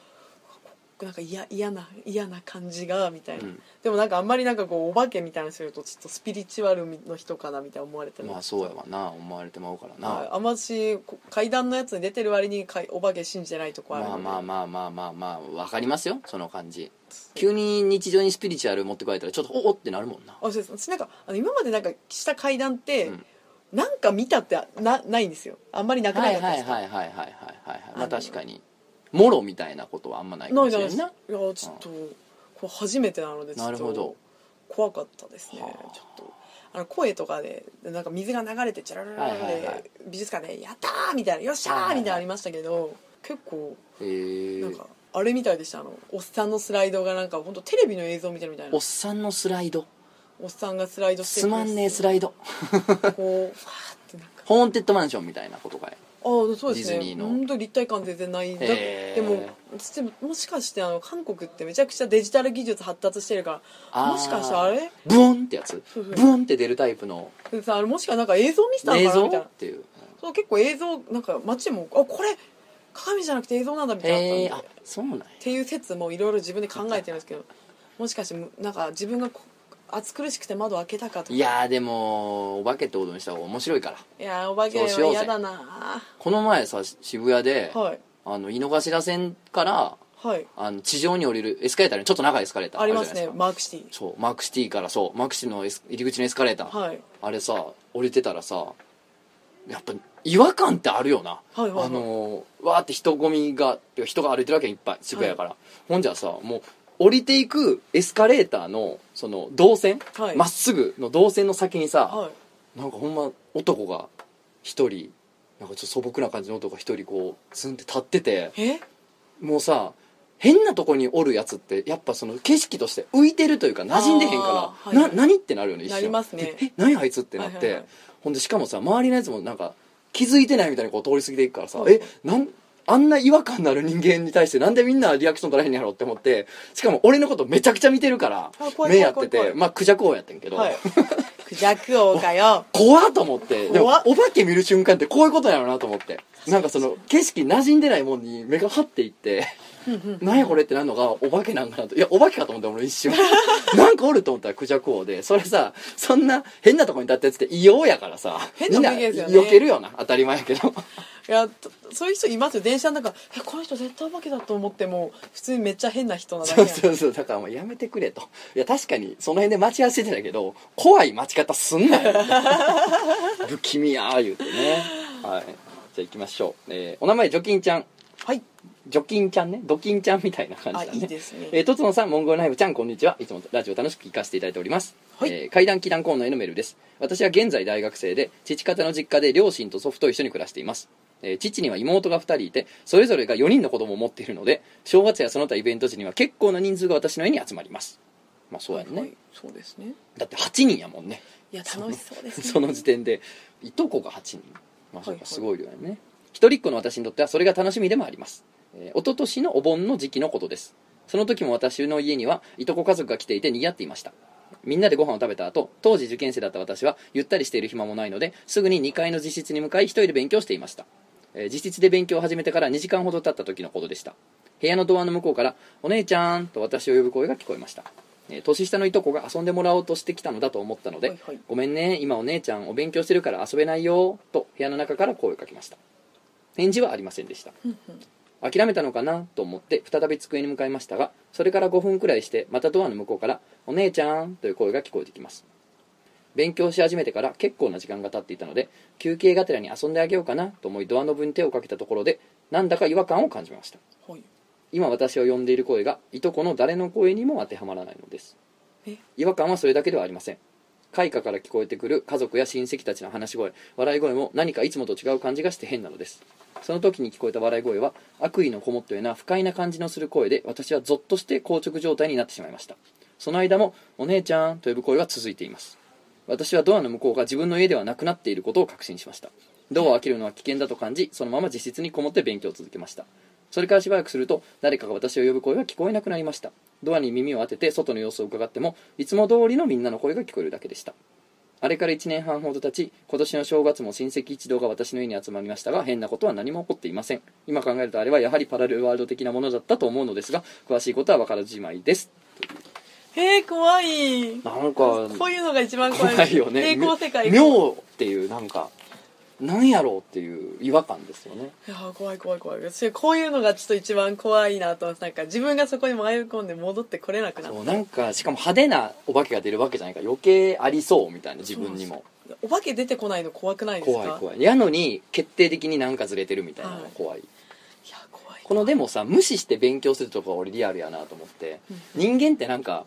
S2: なんか嫌嫌な嫌な感じがみたいな、
S1: うん
S2: でもなんかあんまりなんかこうお化けみたいにするとちょっとスピリチュアルの人かなみたいな思われてる
S1: まあそうやわな思われてまうからな、
S2: はい、あんましこ階段のやつに出てる割にかいお化け信じてないとこある
S1: まあ
S2: ので
S1: まあまあまあまあまあわかりますよその感じ急に日常にスピリチュアル持ってこられたらちょっとおおってなるもんな
S2: あそうです私なんかあの今までなんかした階段って、
S1: うん
S2: なんか見たってなないんですよあんまりなく
S1: は
S2: ないかった
S1: は
S2: で
S1: い
S2: すか
S1: はいはいはいはいはい
S2: あ
S1: まあ
S2: の
S1: 確かにもろみたいなことはあんまないか
S2: な
S1: も
S2: い
S1: し
S2: じゃな
S1: れ
S2: い
S1: ん
S2: ですか
S1: ない
S2: やちょっと、これ初めてなのでちょ
S1: な
S2: っ
S1: るほど
S2: と怖かったですね
S1: はあ
S2: ちょっとあの声とかでなんか水が流れてチャララララで、
S1: はいはいはい
S2: 美術館で「やったー!」みたいな「よっしゃー
S1: はいはいはい
S2: みたいなのありましたけど結構
S1: へ
S2: な
S1: え
S2: んかあれみたいでしたあのおっさんのスライドがなんか本当テレビの映像みたいなみたいな
S1: おっさんのスライド
S2: おっさんがスライドして
S1: すまんねえスラ
S2: イ
S1: イド
S2: ドこうファーってなんか
S1: ホーンテッドマンションみたいなことかい
S2: ああそうです
S1: ディズニー
S2: ね
S1: の
S2: 本当立体感全然ないだ
S1: へー
S2: でも私ももしかしてあの韓国ってめちゃくちゃデジタル技術発達してるから
S1: あー
S2: もしかしてあれ
S1: ブオンってやつ
S2: そうそう
S1: ブオンって出るタイプの
S2: でさあれもしかなんか映像見せたの
S1: 映
S2: かな
S1: 像
S2: みたい
S1: っ
S2: な
S1: ていう
S2: そう結構映像なんか街もあこれ鏡じゃなくて映像なんだみたいなのあったん
S1: へ
S2: で
S1: えあそうなんや
S2: っていう説もいろいろ自分で考えてるんですけどもしかしてむなんか自分がこ暑苦しくて窓開けたかとか
S1: いやーでもお化けってことにした方が面白いから
S2: いやーお化けは
S1: そうしようぜ
S2: 嫌だな
S1: この前さし渋谷で、
S2: はい
S1: あの井の頭線から
S2: はい
S1: あの地上に降りるエスカレーターにちょっと長いエスカレーター
S2: あります
S1: るじ
S2: ね
S1: ゃないで
S2: マークシティ
S1: すかそうマークシティからそうマークシティのエス入り口のエスカレーター、
S2: はい
S1: あれさ降りてたらさやっぱ違和感ってあるよな、
S2: はいはいはい
S1: あのーわーって人混みがてか人が歩いてるわけにいっぱい渋谷やから、ほんじゃさもう降りていくエスカレーターのその動線ま、
S2: はい
S1: っすぐの動線の先にさ、
S2: はい
S1: なんかほんま男が一人なんかちょっと素朴な感じの男が一人こうツンって立ってて
S2: え
S1: もうさ変なとこにおるやつってやっぱその景色として浮いてるというか馴染んでへんから、
S2: あーはい
S1: な何ってなるよね一瞬
S2: なりますね
S1: でえ何あいつってなって、
S2: はいはいはい
S1: ほんでしかもさ周りのやつもなんか気づいてないみたいにこう通り過ぎていくからさ、
S2: はい
S1: えなんあんな違和感のある人間に対してなんでみんなリアクション取らへんやろって思ってしかも俺のことめちゃくちゃ見てるから
S2: あ怖い
S1: 目やって
S2: 怖い怖い怖
S1: て
S2: い
S1: まあクジャク王やってんけど、
S2: はいクジャク王かよ
S1: 怖っと思ってでも
S2: 怖っ
S1: お化け見る瞬間ってこういうことやろうなと思ってなんかその景色馴染んでないもんに目が張っていってなんやこれってなるのがお化けなんかなといやお化けかと思って俺一瞬なんかおると思ったらクジャク王でそれさそんな変なとこに立ってやつって異様やからさ
S2: 変
S1: み
S2: な
S1: な
S2: んお化けですよね
S1: 避けるよな当たり前やけど
S2: いやとそういう人いますよ電車の中えこの人絶対お化けだと思っても普通にめっちゃ変な人なだけ
S1: そ
S2: や
S1: うそうそうだからもうやめてくれといや確かにその辺で待ち合わせてたけど怖い待ち方すんな よ不気味や言うてねはいじゃあ行きましょう、えーお名前ジョキンちゃん
S2: はい
S1: 除菌ちゃんねドキンちゃんみたいな感じ
S2: あ
S1: だね
S2: いいですね
S1: えー、とつのさん、モンゴルナイフちゃん、こんにちは。いつもラジオ楽しく聞かせていただいております。
S2: はい
S1: えー階段祈願コーナーへのメールです。私は現在大学生で、父方の実家で両親と祖父と一緒に暮らしています。えー父には妹が2人いて、それぞれが4人の子供を持っているので、正月やその他イベント時には結構な人数が私の家に集まります。まあそうやんね。
S2: はいそうですね
S1: だって8人やもんね。
S2: いや楽しそうですね
S1: その時点でいとこが8人まあそう
S2: はいは
S1: か
S2: い
S1: すごい量やね、一人っ子の私にとってはそれが楽しみでもあります、えー、一昨年のお盆の時期のことですその時も私の家にはいとこ家族が来ていて賑わっていましたみんなでご飯を食べた後当時受験生だった私はゆったりしている暇もないのですぐに2階の自室に向かい一人で勉強していました、えー自室で勉強を始めてから2時間ほど経った時のことでした部屋のドアの向こうから「お姉ちゃん」と私を呼ぶ声が聞こえました、えー年下のいとこが遊んでもらおうとしてきたのだと思ったので、
S2: はいはい
S1: ごめんね今お姉ちゃんお勉強してるから遊べないよ」と部屋の中から声をかけました返事はありませんでした諦めたのかなと思って再び机に向かいましたがそれから5分くらいしてまたドアの向こうから「お姉ちゃん」という声が聞こえてきます勉強し始めてから結構な時間が経っていたので休憩がてらに遊んであげようかなと思いドアノブに手をかけたところでなんだか違和感を感じました
S2: はい
S1: 今私を呼んでいる声がいとこの誰の声にも当てはまらないのです
S2: え
S1: 違和感はそれだけではありません開花から聞こえてくる家族や親戚たちの話し声笑い声も何かいつもと違う感じがして変なのですその時に聞こえた笑い声は悪意のこもったような不快な感じのする声で私はゾッとして硬直状態になってしまいましたその間も「お姉ちゃん」と呼ぶ声が続いています私はドアの向こうが自分の家ではなくなっていることを確信しましたドアを開けるのは危険だと感じそのまま自室にこもって勉強を続けましたそれからしばらくすると誰かが私を呼ぶ声が聞こえなくなりましたドアに耳を当てて外の様子を伺ってもいつも通りのみんなの声が聞こえるだけでしたあれから1年半ほど経ち今年の正月も親戚一同が私の家に集まりましたが変なことは何も起こっていません今考えるとあれはやはりパラレルワールド的なものだったと思うのですが詳しいことは分からずじまいです
S2: へえ怖い
S1: なんか
S2: こういうのが一番怖い
S1: 怖いよね
S2: 平行世界
S1: み
S2: い
S1: 妙っていうなんかなんやろうっていう違和感ですよね
S2: やー怖い怖い怖い私こういうのがちょっと一番怖いなと思ってなんか自分がそこに迷い込んで戻ってこれなくなる
S1: そうなんかしかも派手なお化けが出るわけじゃないから余計ありそうみたいな自分にも
S2: お化け出てこないの怖くないですか
S1: 怖い怖いやのに決定的になんかずれてるみたいなのが怖い、
S2: いや怖い
S1: このでもさ無視して勉強するとこが俺リアルやなと思って、人間ってなんか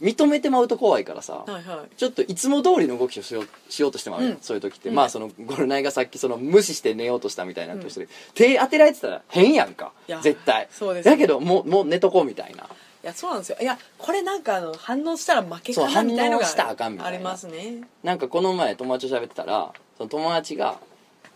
S1: 認めてまうと怖いからさ、
S2: はいはい
S1: ちょっといつも通りの動きをしようしようとしてもあるよ、
S2: うん
S1: そういう時って、
S2: うん
S1: まあそのゴルナイがさっきその無視して寝ようとしたみたいなことしてる、手当てられてたら変やんか
S2: いや
S1: 絶対
S2: そうです
S1: だけどもうもう寝とこうみたいない
S2: やそうなんですよいやこれなんかあの反応したら負けか
S1: そ
S2: な
S1: う
S2: みたいの
S1: 反応したらあかんみた
S2: が
S1: い
S2: あ
S1: な
S2: りますね
S1: なんかこの前友達と喋ってたらその友達が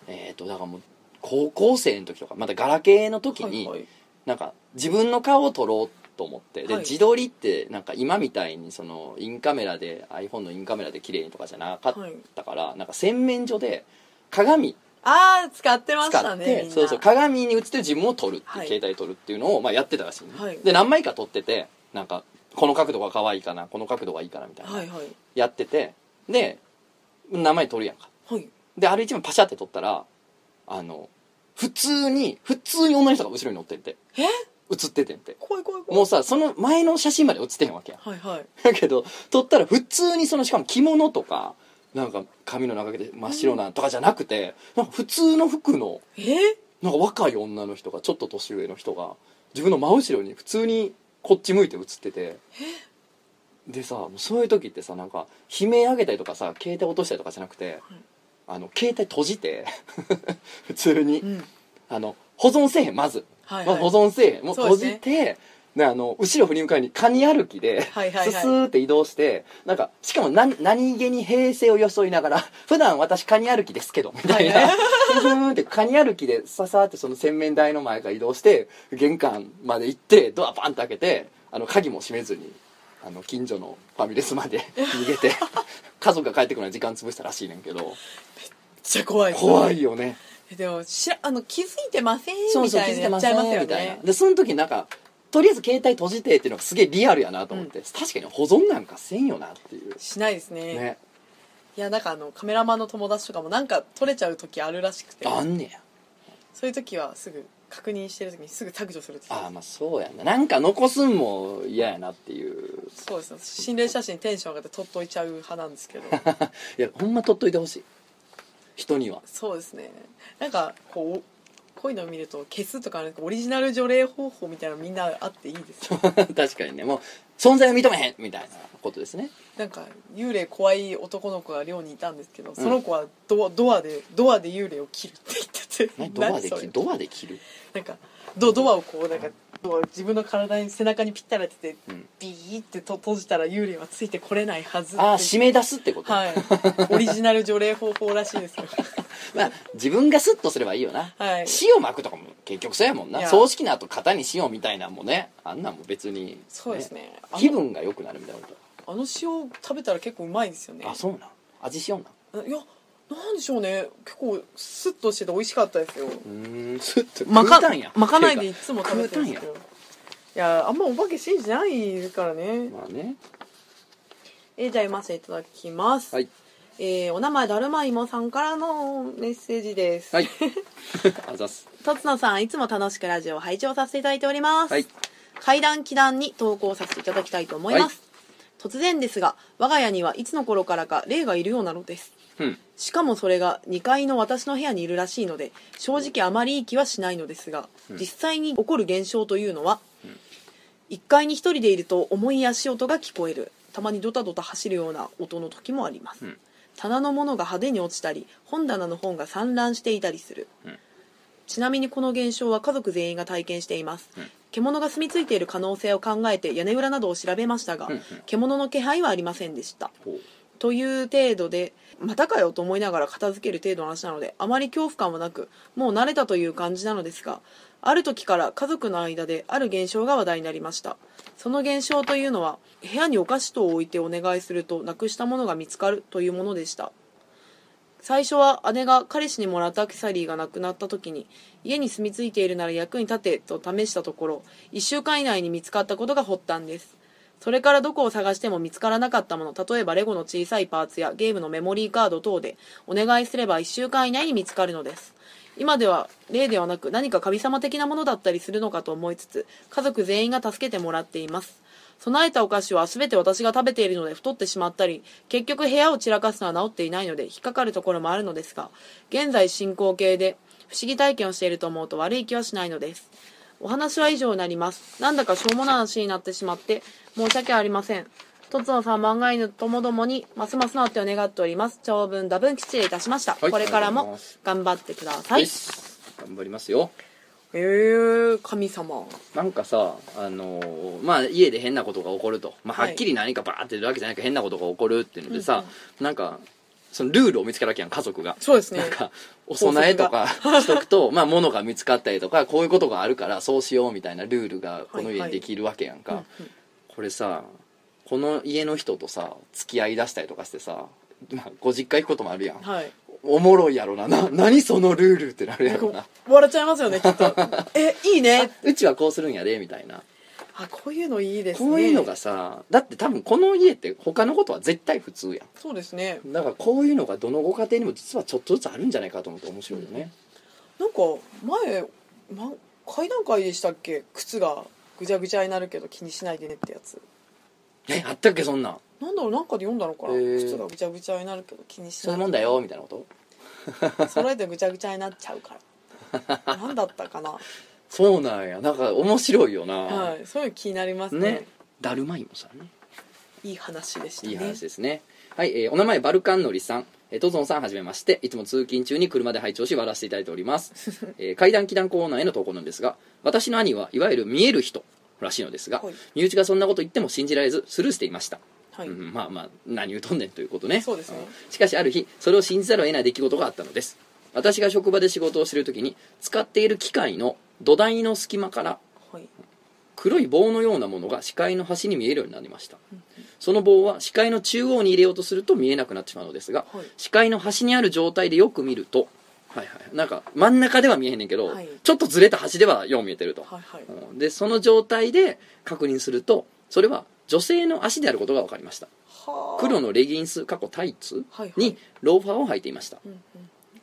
S1: えっ、とだからもう高校生の時とかまだガラケーの時に、
S2: はいはい
S1: なんか自分の顔を撮ろうと思ってで、
S2: はい
S1: 自撮りってなんか今みたいにそのインカメラで iPhone のインカメラで綺麗にとかじゃなかったから、なんか洗面所で鏡
S2: ああ使ってまし
S1: 使
S2: た
S1: っ
S2: ね
S1: て、
S2: みんな
S1: そうそう鏡に映ってる自分を撮るっていう、
S2: はい
S1: 携帯撮るっていうのを、まあ、やってたらしいね、
S2: はい
S1: で何枚か撮っててなんかこの角度が可愛いかなこの角度がいいかなみたいな、
S2: はいはい
S1: やっててで名前撮るやんか
S2: はい
S1: であれ一枚パシャって撮ったらあの普通に普通に女の人が後ろに乗ってんて
S2: え
S1: 映っててんて
S2: 怖い怖い怖い
S1: もうさその前の写真まで写ってへんわけやん
S2: はいはい
S1: だけど撮ったら普通にそのしかも着物とかなんか髪の長くて真っ白なとかじゃなくて、なんか普通の服の
S2: え
S1: なんか若い女の人がちょっと年上の人が自分の真後ろに普通にこっち向いて写っててでさもうそういう時ってさなんか悲鳴上げたりとかさ携帯落としたりとかじゃなくて、あの携帯閉じて 普通に、
S2: うん
S1: あの保存せえへんまず、
S2: はい
S1: ま
S2: は
S1: あ
S2: い
S1: 保存せえへんもう
S2: そう
S1: 閉
S2: ですね
S1: じてで、あの後ろ振り向かいにカニ歩きで、
S2: はいはいはい
S1: ススーって移動してなんかしかも何何気に平静を装いながら 普段私カニ歩きですけどみたいな、
S2: はいは
S1: ふーんってカニ歩きでささーってその洗面台の前から移動して玄関まで行ってドアパンと開けてあの鍵も閉めずにあの近所のファミレスまで逃げ て家族が帰ってくるのに時間潰したらしいねんけど
S2: めっちゃ怖い
S1: 怖いよね
S2: えでもしらあの気づいてません
S1: そう
S2: み
S1: そう
S2: た
S1: 気
S2: い
S1: づいて
S2: なや
S1: ま
S2: っちゃ
S1: せ
S2: います
S1: ん
S2: よ
S1: みたいな
S2: ね
S1: でその時なんかとりあえず携帯閉じてっていうのがすげえリアルやなと思って、確かに保存なんかせんよなっていう
S2: しないですね
S1: ね
S2: いやなんかあのカメラマンの友達とかもなんか撮れちゃう時あるらしくて
S1: あんねや
S2: そういう時はすぐ確認してる時にすぐ削除するって
S1: ああまあそうやななんか残すんも嫌やなっていう
S2: そうですね心霊写真テンション上がって撮っといちゃう派なんです けど
S1: いやほんま取っといてほしい人には
S2: そうですねなんかこうこういうのを見ると消すとかなんかオリジナル除霊方法みたいなのみんなあっていいで すよ
S1: 確かにねもう存在を認めへんみたいなことですね
S2: なんか幽霊怖い男の子が寮にいたんですけどその子はド,、ドアでドアで幽霊を切るって言ってて
S1: 何ドア
S2: 何
S1: で
S2: そ
S1: 切
S2: れ
S1: るドアで切る
S2: なんかドドアをこうなんかドアを自分の体に背中にぴったり当てて、
S1: うん
S2: ビーってと閉じたら幽霊はついてこれないはずって
S1: ああ締め出すってこと、
S2: はいオリジナル除霊方法らしいですよ
S1: まあ自分がスッとすればいいよな、
S2: はい
S1: 塩巻くとかも結局そうやもん
S2: い
S1: な
S2: や
S1: 葬式の後型に塩みたいなんもねあんなんも別に
S2: そうですねあの
S1: 気分が良くなるみたいなこ
S2: あの塩食べたら結構うまいですよね
S1: とあそうなん味塩なん
S2: いやなんでしょうね結構スッとしてて美味しかったですよ
S1: うーんスッと
S2: ま
S1: 食
S2: か
S1: うたんや
S2: まかないで
S1: て
S2: いうつも食べてるんですけ
S1: 食
S2: どいやあんまお化け信じないからね、
S1: まあね
S2: えーじゃあ読ませていただきます、
S1: はい
S2: えーお名前だるまいもさんからのメッセージで す
S1: はいあざっす
S2: とつのさんいつも楽しくラジオを拝聴させていただいております、
S1: はい
S2: 階段祈談に投稿させていただきたいと思います、突然ですが我が家にはいつの頃からか霊がいるようなのです
S1: うん
S2: しかもそれが2階の私の部屋にいるらしいので正直あまりいい気はしないのですが、実際に起こる現象というのは、1階に1人でいると重い足音が聞こえるたまにドタドタ走るような音の時もあります、
S1: ん
S2: 棚のものが派手に落ちたり本棚の本が散乱していたりする、
S1: ん
S2: ちなみにこの現象は家族全員が体験しています、獣が住み着いている可能性を考えて屋根裏などを調べましたが、
S1: んうん
S2: 獣の気配はありませんでした、
S1: ほう
S2: という程度でまたかよと思いながら片付ける程度の話なのであまり恐怖感はなくもう慣れたという感じなのですがある時から家族の間である現象が話題になりましたその現象というのは部屋にお菓子等を置いてお願いするとなくしたものが見つかるというものでした最初は姉が彼氏にもらったアクセサリーがなくなった時に家に住み着いているなら役に立てと試したところ1週間以内に見つかったことが発端ですそれからどこを探しても見つからなかったもの例えばレゴの小さいパーツやゲームのメモリーカード等でお願いすれば1週間以内に見つかるのです今では例ではなく何か神様的なものだったりするのかと思いつつ家族全員が助けてもらっています備えたお菓子は全て私が食べているので太ってしまったり結局部屋を散らかすのは治っていないので引っかかるところもあるのですが現在進行形で不思議体験をしていると思うと悪い気はしないのですお話は以上になりますなんだかしょうもない話になってしまって申し訳ありませんとつのさん漫画犬ともどもにますますのあってを願っております長文多文失礼いたしました、
S1: はい
S2: これから
S1: ありがとうございま
S2: も
S1: す
S2: 頑張ってくださ
S1: はいい頑張りますよ
S2: えー、神様
S1: なんかさあのーまあ家で変なことが起こると、まあ、
S2: は
S1: はいっきり何かバーって出るわけじゃないけど変なことが起こるっていうので
S2: うん
S1: さ、なんかそのルールを見つけなきゃん家族が
S2: そうですね
S1: なんかお供えとかしとくと まあ物が見つかったりとかこういうことがあるからそうしようみたいなルールがこの家にできるわけやんか、
S2: はいはいうんうん
S1: これさこの家の人とさ付き合いだしたりとかしてさ、まあ、ご実家行くこともあるやん、
S2: はい
S1: おもろいやろなな 何そのルールってなるや
S2: なん
S1: ろ
S2: か
S1: な
S2: 笑っちゃいますよねき っとえいいね
S1: うちはこうするんやでみたいな
S2: あこういうのいいですね
S1: こういうのがさだって多分この家って他のことは絶対普通や
S2: そうですね
S1: んだからこういうのがどのご家庭にも実はちょっとずつあるんじゃないかと思って面白いよね、
S2: なんか前、ま、階段階でしたっけ靴がぐちゃぐちゃになるけど気にしないでねってやつ
S1: えあったっけそんなん
S2: なんだろうなんかで読んだのかな、
S1: へー
S2: 靴がぐちゃぐちゃになるけど気にし
S1: そう
S2: ないいう
S1: もんだよみたいなこと
S2: 揃えてぐちゃぐちゃになっちゃうから なんだったかな
S1: そうなんやなんか面白いよな、
S2: はいそういうの気になりますね
S1: ねだるまいもさんね
S2: いい話でしたね
S1: いい話ですねはい、えーお名前バルカンのりさんえーとぞんさんはじめましていつも通勤中に車で拝聴し笑わせていただいております、 えー、階段祈談コーナーへの投稿なんですが私の兄はいわゆる見える人らしいのですが、
S2: はい
S1: 身内がそんなこと言っても信じられずスルーしていました
S2: はい、
S1: うん、まあまあ何言うとんねんということね
S2: そうですね
S1: んしかしある日それを信じざるを得ない出来事があったのです私が職場で仕事をしている時に使っている機械の土台の隙間から
S2: はい、
S1: 黒い棒のようなものが視界の端に見えるようになりましたその棒は視界の中央に入れようとすると見えなくなってしまうのですが、
S2: はい
S1: 視界の端にある状態でよく見るとはいはいなんか真ん中では見えへんねんけど、
S2: はい
S1: ちょっとずれた端ではよう見えてると、
S2: はいはい
S1: うんでその状態で確認するとそれは女性の足であることが分かりました
S2: はあ
S1: 黒のレギンス過去タイツ
S2: はいはい
S1: にローファーを履いていました
S2: うんうん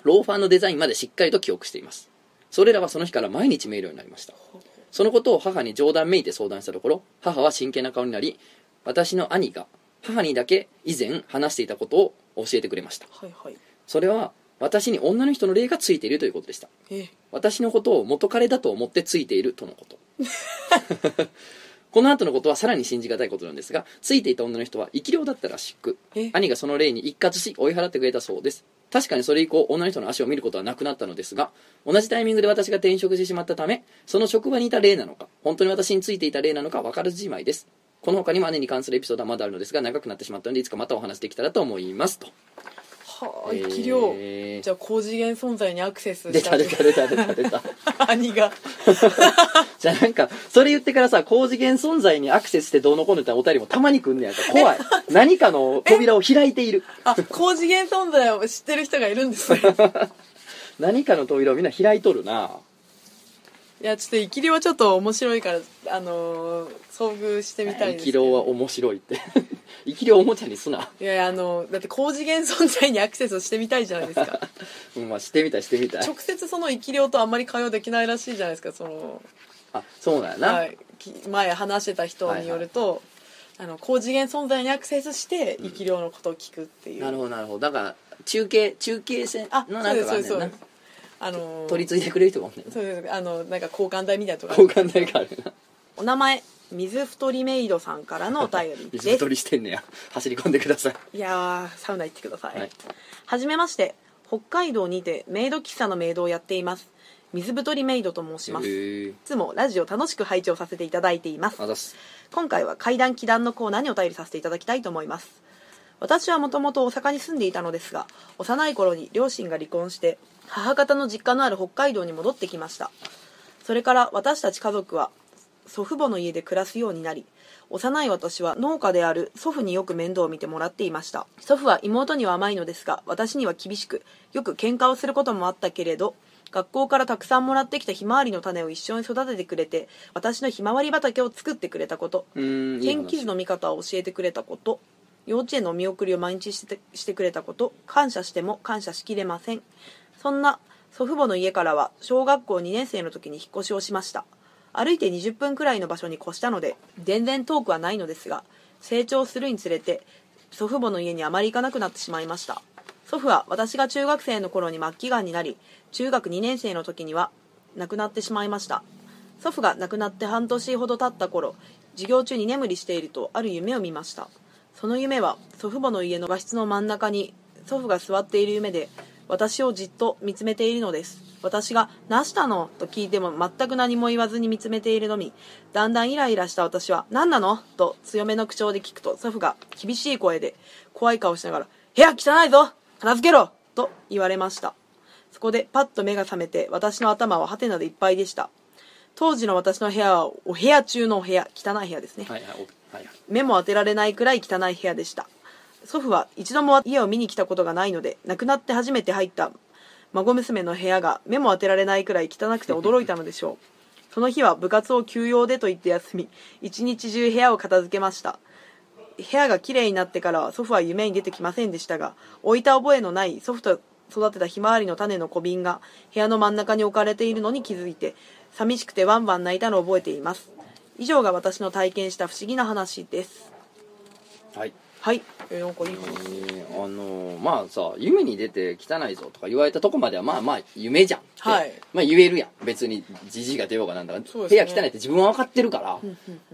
S1: ローファーのデザインまでしっかりと記憶していますそれらはその日から毎日見えるようになりました
S2: ほうほ
S1: そのことを母に冗談めいて相談したところ母は真剣な顔になり私の兄が母にだけ以前話していたことを教えてくれました
S2: うはいはい
S1: それは私に女の人の霊がついているということでした
S2: え
S1: 私のことを元彼だと思ってついているとのこと この後のことはさらに信じがたいことなんですがついていた女の人は生き量だったらしく
S2: え
S1: 兄がその霊に一括し追い払ってくれたそうです確かにそれ以降女の人の足を見ることはなくなったのですが同じタイミングで私が転職してしまったためその職場にいた霊なのか本当に私についていた霊なのか分からずじまいですこの他にも姉に関するエピソードはまだあるのですが長くなってしまったのでいつかまたお話できたらと思いますと
S2: はあ生き量、
S1: えー
S2: じゃあ高次元存在にアクセス
S1: 出
S2: した
S1: た出た出た出た出た
S2: 兄が
S1: じゃあなんかそれ言ってからさ高次元存在にアクセスしてどうのこうのってお便りもたまに来んねやんか怖い何かの扉を開いている
S2: あ高次元存在を知ってる人がいるんですね
S1: 何かの扉をみんな開いとるな
S2: いやちょっと生きりはちょっと面白いからあのー遭遇してみたい
S1: 生
S2: です
S1: き
S2: け
S1: 量は
S2: ど
S1: 面白いって 生き量おもちゃにすない
S2: やいやあのだって高次元存在にアクセスしてみたいじゃないです か
S1: うんまあしてみたいしてみたい
S2: 直接その生き量とあんまり会話できないらしいじゃないですかその
S1: あそうなんやな、
S2: はい、き前話してた人によると、あの高次元存在にアクセスして生き量のことを聞くっていう、
S1: なるほどなるほどだから中継中継線
S2: あ
S1: の
S2: そ
S1: な
S2: うんで
S1: かがあ
S2: すそうんですそ
S1: ね
S2: うん
S1: な
S2: ですあのー
S1: 取り継いでくれる人がおんねんな
S2: そうですあのなんか交換台みたいなとこ
S1: 交換台があるな
S2: お名前水太りメイドさんからのお便 り
S1: 水
S2: です
S1: 太りしてんねや走り込んでください
S2: いやーサウナ行ってください、
S1: は
S2: はいい、はじめまして北海道にてメイド喫茶のメイドをやっています水太りメイドと申します、い
S1: へえ
S2: つもラジオ楽しく拝聴させていただいています
S1: あざっす
S2: 今回は怪談祈談のコーナーにお便りさせていただきたいと思います私はもともと大阪に住んでいたのですが幼い頃に両親が離婚して母方の実家のある北海道に戻ってきましたそれから私たち家族は祖父母の家で暮らすようになり幼い私は農家である祖父によく面倒を見てもらっていました祖父は妹には甘いのですが私には厳しくよく喧嘩をすることもあったけれど学校からたくさんもらってきたひまわりの種を一緒に育ててくれて私のひまわり畑を作ってくれたこと
S1: うーんいい話
S2: 天気図の見方を教えてくれたこと幼稚園のお見送りを毎日してしてくれたこと感謝しても感謝しきれませんそんな祖父母の家からは小学校2年生の時に引っ越しをしました歩いて20分くらいの場所に越したので全然遠くはないのですが成長するにつれて祖父母の家にあまり行かなくなってしまいました祖父は私が中学生の頃に末期がんになり中学2年生の時には亡くなってしまいました祖父が亡くなって半年ほど経った頃授業中に眠りしているとある夢を見ましたその夢は祖父母の家の和室の真ん中に祖父が座っている夢で私をじっと見つめているのです私が「なしたの?」と聞いても全く何も言わずに見つめているのみだんだんイライラした私は「何なの?」と強めの口調で聞くと祖父が厳しい声で怖い顔をしながら「部屋汚いぞ片付けろ!」と言われましたそこでパッと目が覚めて私の頭はハテナでいっぱいでした当時の私の部屋はお部屋中のお部屋汚い部屋ですね、
S1: はいはいおはいはい
S2: 目も当てられないくらい汚い部屋でした祖父は一度も家を見に来たことがないので亡くなって初めて入った孫娘の部屋が目も当てられないくらい汚くて驚いたのでしょ うその日は部活を休養でと言って休み一日中部屋を片付けました部屋がきれいになってからは祖父は夢に出てきませんでしたが置いた覚えのない祖父と育てたひまわりの種の小瓶が部屋の真ん中に置かれているのに気づいて寂しくてワンワン泣いたのを覚えています以上が私の体験した不思議な話です
S1: はい
S2: はいえなんかい
S1: え
S2: い話
S1: ーあのーまあさ夢に出て汚いぞとか言われたとこまではまあまあ夢じゃんって、
S2: はい
S1: まあ言えるやん別にじじいが出ようがなんだから、
S2: そう
S1: 部
S2: です
S1: 屋
S2: ね
S1: 汚いって自分は分かってるから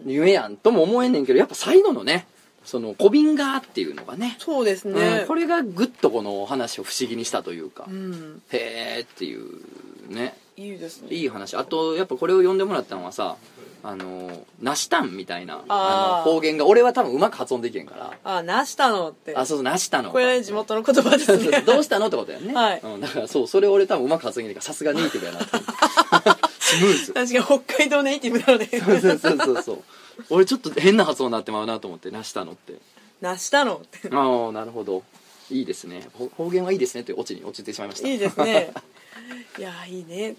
S1: 夢やんとも思えんねんけどやっぱ最後のねその小瓶がっていうのがね
S2: そうです
S1: う
S2: ね
S1: ん、これがぐっとこのお話を不思議にしたというか、
S2: うん
S1: へーっていうね
S2: いいですね
S1: いい話あとやっぱこれを読んでもらったのはさあの「なしたん」みたいな
S2: あー
S1: の方言が俺は多分うまく発音できへんから
S2: あなしたのって
S1: あそうそう「なしたの」
S2: これ地元の言葉で
S1: そう
S2: す
S1: そう
S2: ね
S1: どうしたのってことだよね、
S2: はい
S1: うん、だからそうそれ俺多分うまく発音できないからさすがネイティブやなって思っ てスムーズ
S2: 確かに北海道ネイティブなので
S1: そうそうそうそうそう俺ちょっと変な発音になってまうなと思って「なしたの」って
S2: なしたのって
S1: ああなるほどいいですねほ方言はいいですねというオチに落ちてしまいました
S2: いいで すねいやいいね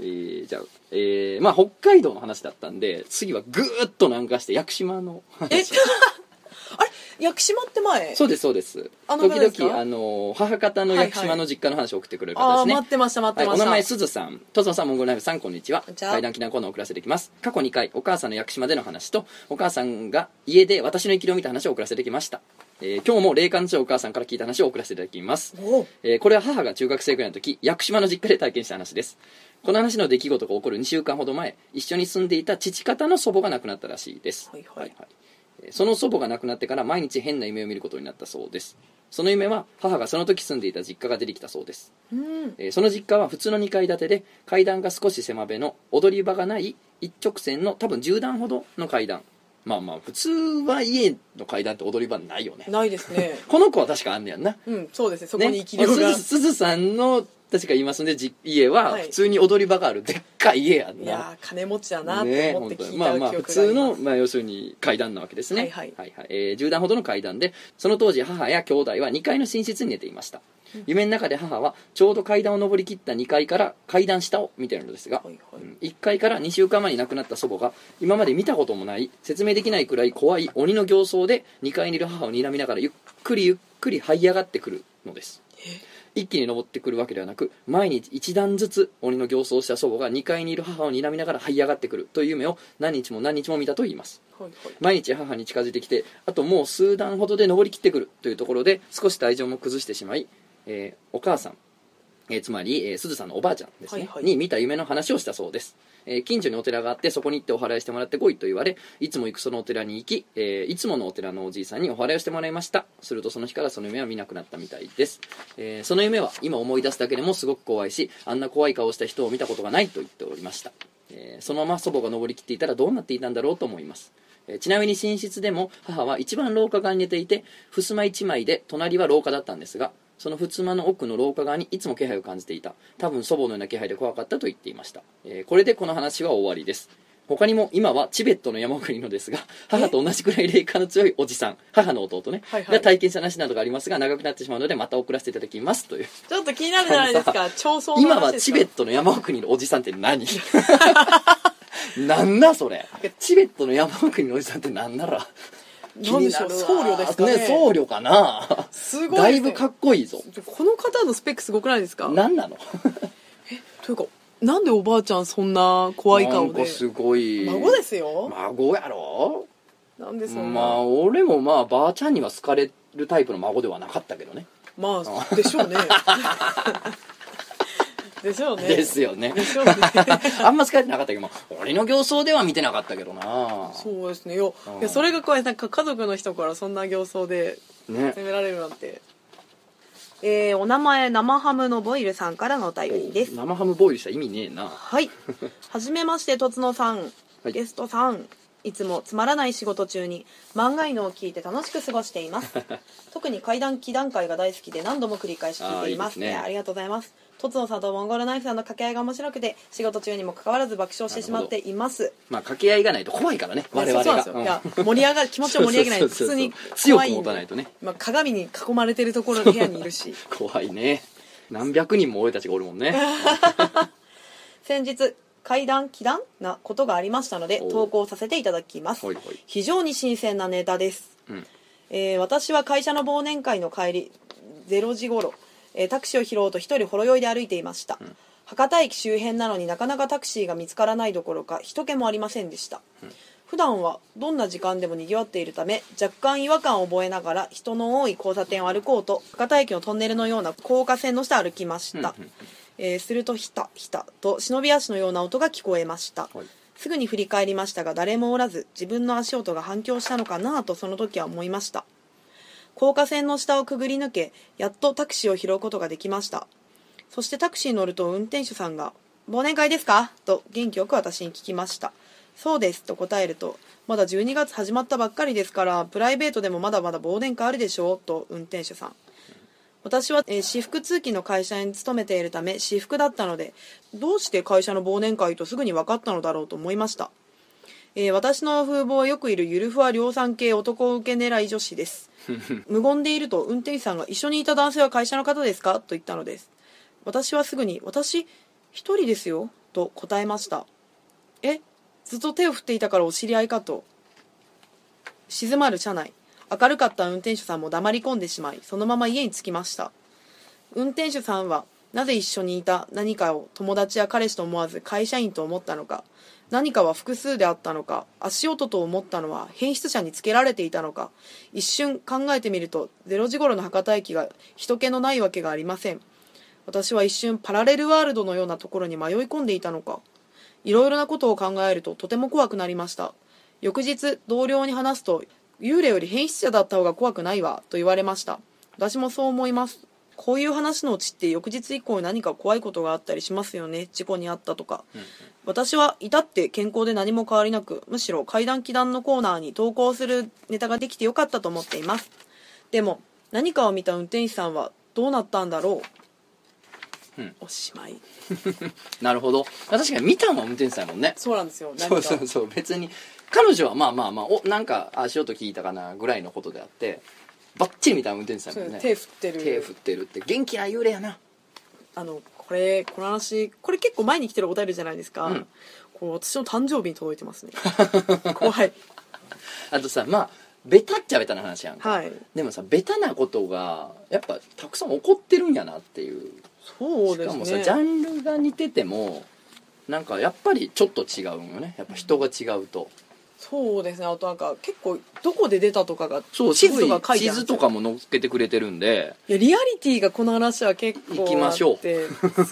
S1: えーじゃあ、えーまあ北海道の話だったんで次はぐーっと南下して屋久島の
S2: え
S1: 話
S2: あれ屋久島って前
S1: そうですそうです
S2: あの方です
S1: 時
S2: か
S1: 々あの母方の屋久島の実家の話を送ってくれる
S2: あ
S1: 方
S2: あ
S1: です
S2: 待っ
S1: ね
S2: てました待っ
S1: はい、
S2: てま
S1: お
S2: した、
S1: 名前すずさん、とつのさん、モンゴルナイフさん、こんにちは
S2: こんに。ちは
S1: 階段記念コーナーを送らせていきます。過去2回、お母さんの屋久島での話と、お母さんが家で私の生きるを見た話を送らせてきました。えー今日も霊感上お母さんから聞いた話を送らせていただきます。
S2: おう
S1: えーこれは母が中学生くらいの時屋久島の実家で体験した話ですこの話の出来事が起こる2週間ほど前一緒に住んでいた父方の祖母が亡くなったらしいです、
S2: はいはい
S1: えーその祖母が亡くなってから毎日変な夢を見ることになったそうですその夢は母がその時住んでいた実家が出てきたそうです、
S2: うん
S1: えーその実家は普通の2階建てで階段が少し狭めの踊り場がない一直線の多分10段ほどの階段まあまあ普通は家の階段って踊り場ないよね
S2: ないですね
S1: この子は確かあんねやんな
S2: うんそうですねそこに生き量
S1: ね
S2: が、
S1: すずすずさんの確か言いますんでじ家は
S2: はい
S1: 普通に踊り場があるでっかい家やん
S2: い
S1: な、
S2: やー金持ちだなって思って聞いた記憶が
S1: ま
S2: あ
S1: あ
S2: り
S1: まあ
S2: ます、
S1: 普通の、まあ、要するに階段なわけですね
S2: はいはい
S1: えー10段ほどの階段でその当時母や兄弟は2階の寝室に寝ていました夢の中で母はちょうど階段を上り切った2階から階段下を見てるのですが、
S2: はいはい
S1: うん1階から2週間前に亡くなった祖母が今まで見たこともない説明できないくらい怖い鬼の形相で2階にいる母を睨みながらゆっくりゆっくり這い上がってくるのです一気に登ってくるわけではなく毎日一段ずつ鬼の形相をした祖母が2階にいる母を睨みながら這い上がってくるという夢を何日も何日も見たといいます
S2: はいはい
S1: 毎日母に近づいてきてあともう数段ほどで登りきってくるというところで少し体調も崩してしまい、えーお母さん、えーつまり、えー、鈴さんのおばあちゃんですね、
S2: はいはい
S1: に見た夢の話をしたそうです、えー近所にお寺があってそこに行ってお祓いしてもらってこいと言われいつも行くそのお寺に行き、えーいつものお寺のおじいさんにお祓いをしてもらいましたするとその日からその夢は見なくなったみたいです、えーその夢は今思い出すだけでもすごく怖いしあんな怖い顔をした人を見たことがないと言っておりましたえーそのまま祖母が登りきっていたらどうなっていたんだろうと思います、えーちなみに寝室でも母は一番廊下側に寝ていて襖1枚で隣は廊下だったんですがその襖の奥の廊下側にいつも気配を感じていた多分祖母のような気配で怖かったと言っていました、えーこれでこの話は終わりです他にも今はチベットの山奥にいるのですが母と同じくらい霊感の強いおじさん母の弟ね、
S2: はいはい
S1: が体験した話などがありますが長くなってしまうのでまた送らせていただきますという
S2: ちょっと気になるじゃないですか長宗の
S1: 今
S2: 話
S1: は
S2: です
S1: チ
S2: か
S1: ベットの山奥にいるおじさんって 何なんだそれチベットの山奥にいるおじさんってなんなら
S2: なんでしょう僧侶ですかね
S1: 僧侶かな
S2: すご
S1: だ
S2: い
S1: い
S2: ですね
S1: ぶかっこいいぞ
S2: この方のスペックすごくないですか
S1: 何なの
S2: というかなんでおばあちゃんそんな怖い顔
S1: な
S2: で
S1: んかすごい
S2: 孫ですよ、
S1: 孫やろ
S2: なんでそん
S1: ま
S2: な、
S1: あ俺もまあばあちゃんには好かれるタイプの孫ではなかったけどね
S2: まあでしょ うねでしょうね
S1: ですよね
S2: でしょうね
S1: あんま好かれてなかったけどまあ俺の形相では見てなかったけどな
S2: そうですねいや
S1: ん
S2: いやそれが怖いなんか家族の人からそんな形相で
S1: ね
S2: 責められるなんてえー、お名前生ハムのボイルさんからのお便りです
S1: 生ハムボーイルした意味ねえな
S2: はい。はじめまして、とつのさん、
S1: はい
S2: ゲストさん。いつもつまらない仕事中に漫画犬を聞いて楽しく過ごしてい ます特に怪談祈談会が大好きで何度も繰り返し聞いていま
S1: あーいいです
S2: す
S1: ね
S2: ねありがとうございますとつのさんとモンゴルナイフさんの掛け合いが面白くて仕事中にもかかわらず爆笑してしまっています
S1: まあ掛け合いがないと怖いからね我々
S2: そう
S1: が
S2: なんです
S1: う
S2: よ
S1: ん
S2: いや盛り上がる気持ちを盛り上げないと
S1: そうそ
S2: 普通
S1: うそう
S2: に
S1: 強
S2: 怖
S1: く
S2: いんで
S1: 持たないとね
S2: まあ、鏡に囲まれてるところの部屋にいるし
S1: 怖いね何百人も俺たちがおるもんね
S2: 先日怪談祈談なことがありましたので
S1: おう
S2: 投稿させていただきます
S1: はいはい
S2: 非常に新鮮なネタです、
S1: うん
S2: えー私は会社の忘年会の帰り0時頃、えータクシーを拾おうと一人ほろ酔いで歩いていました、博多駅周辺なのになかなかタクシーが見つからないどころか人気もありませんでした、普段はどんな時間でもにぎわっているため若干違和感を覚えながら人の多い交差点を歩こうと博多駅のトンネルのような高架線の下を歩きました、えーするとひたひたと忍び足のような音が聞こえました、
S1: はい
S2: すぐに振り返りましたが誰もおらず自分の足音が反響したのかなとその時は思いました高架線の下をくぐり抜けやっとタクシーを拾うことができましたそしてタクシーに乗ると運転手さんが「忘年会ですか?」と元気よく私に聞きました「そうです」と答えると「まだ12月始まったばっかりですからプライベートでもまだまだ忘年会あるでしょう」と運転手さん私は、えー私服通勤の会社に勤めているため私服だったのでどうして会社の忘年会とすぐに分かったのだろうと思いました、えー私の風貌はよくいるゆるふわ量産系男受け狙い女子です無言でいると運転手さんが一緒にいた男性は会社の方ですかと言ったのです私はすぐに私一人ですよと答えましたえずっと手を振っていたからお知り合いかと静まる車内明るかった運転手さんも黙り込んでしまいそのまま家に着きました運転手さんはなぜ一緒にいた何かを友達や彼氏と思わず会社員と思ったのか何かは複数であったのか足音と思ったのは変質者につけられていたのか一瞬考えてみると0時頃の博多駅が人気のないわけがありません私は一瞬パラレルワールドのようなところに迷い込んでいたのかいろいろなことを考えるととても怖くなりました翌日同僚に話すと幽霊より変質者だった方が怖くないわと言われました私もそう思いますこういう話のうちって翌日以降に何か怖いことがあったりしますよね事故にあったとか、私は至って健康で何も変わりなくむしろ怪談祈談のコーナーに投稿するネタができてよかったと思っていますでも何かを見た運転手さんはどうなったんだろう
S1: うん
S2: おしまい
S1: なるほどあ確かに見たのは運転手さんやもんね
S2: そうなんですよな
S1: そ
S2: んか
S1: うそうそう別に彼女はまあまあまあおなんかあ足音聞いたかなぐらいのことであってバッチリ見た運転手さん
S2: そ
S1: や
S2: う
S1: もんね
S2: 手振ってる
S1: 手振ってるって元気な幽霊やな
S2: あのこれこの話これ結構前に来てるお便りじゃないですか、
S1: うん
S2: これ私の誕生日に届い てますね怖い
S1: あとさまあベタっちゃベタな話やんか、
S2: はい
S1: でもさベタなことがやっぱたくさん起こってるんやなっていう
S2: そう
S1: し
S2: で
S1: か
S2: す
S1: もさ
S2: ね
S1: ジャンルが似ててもなんかやっぱりちょっと違うんよねやっぱ人が違うと、
S2: そうですねあとなんか結構どこで出たとかが
S1: そう
S2: 地図とか書いて
S1: 地
S2: あるんです
S1: 図
S2: よ
S1: とかも載っけてくれてるんで
S2: いやリアリティがこの話は結構
S1: 行きましょう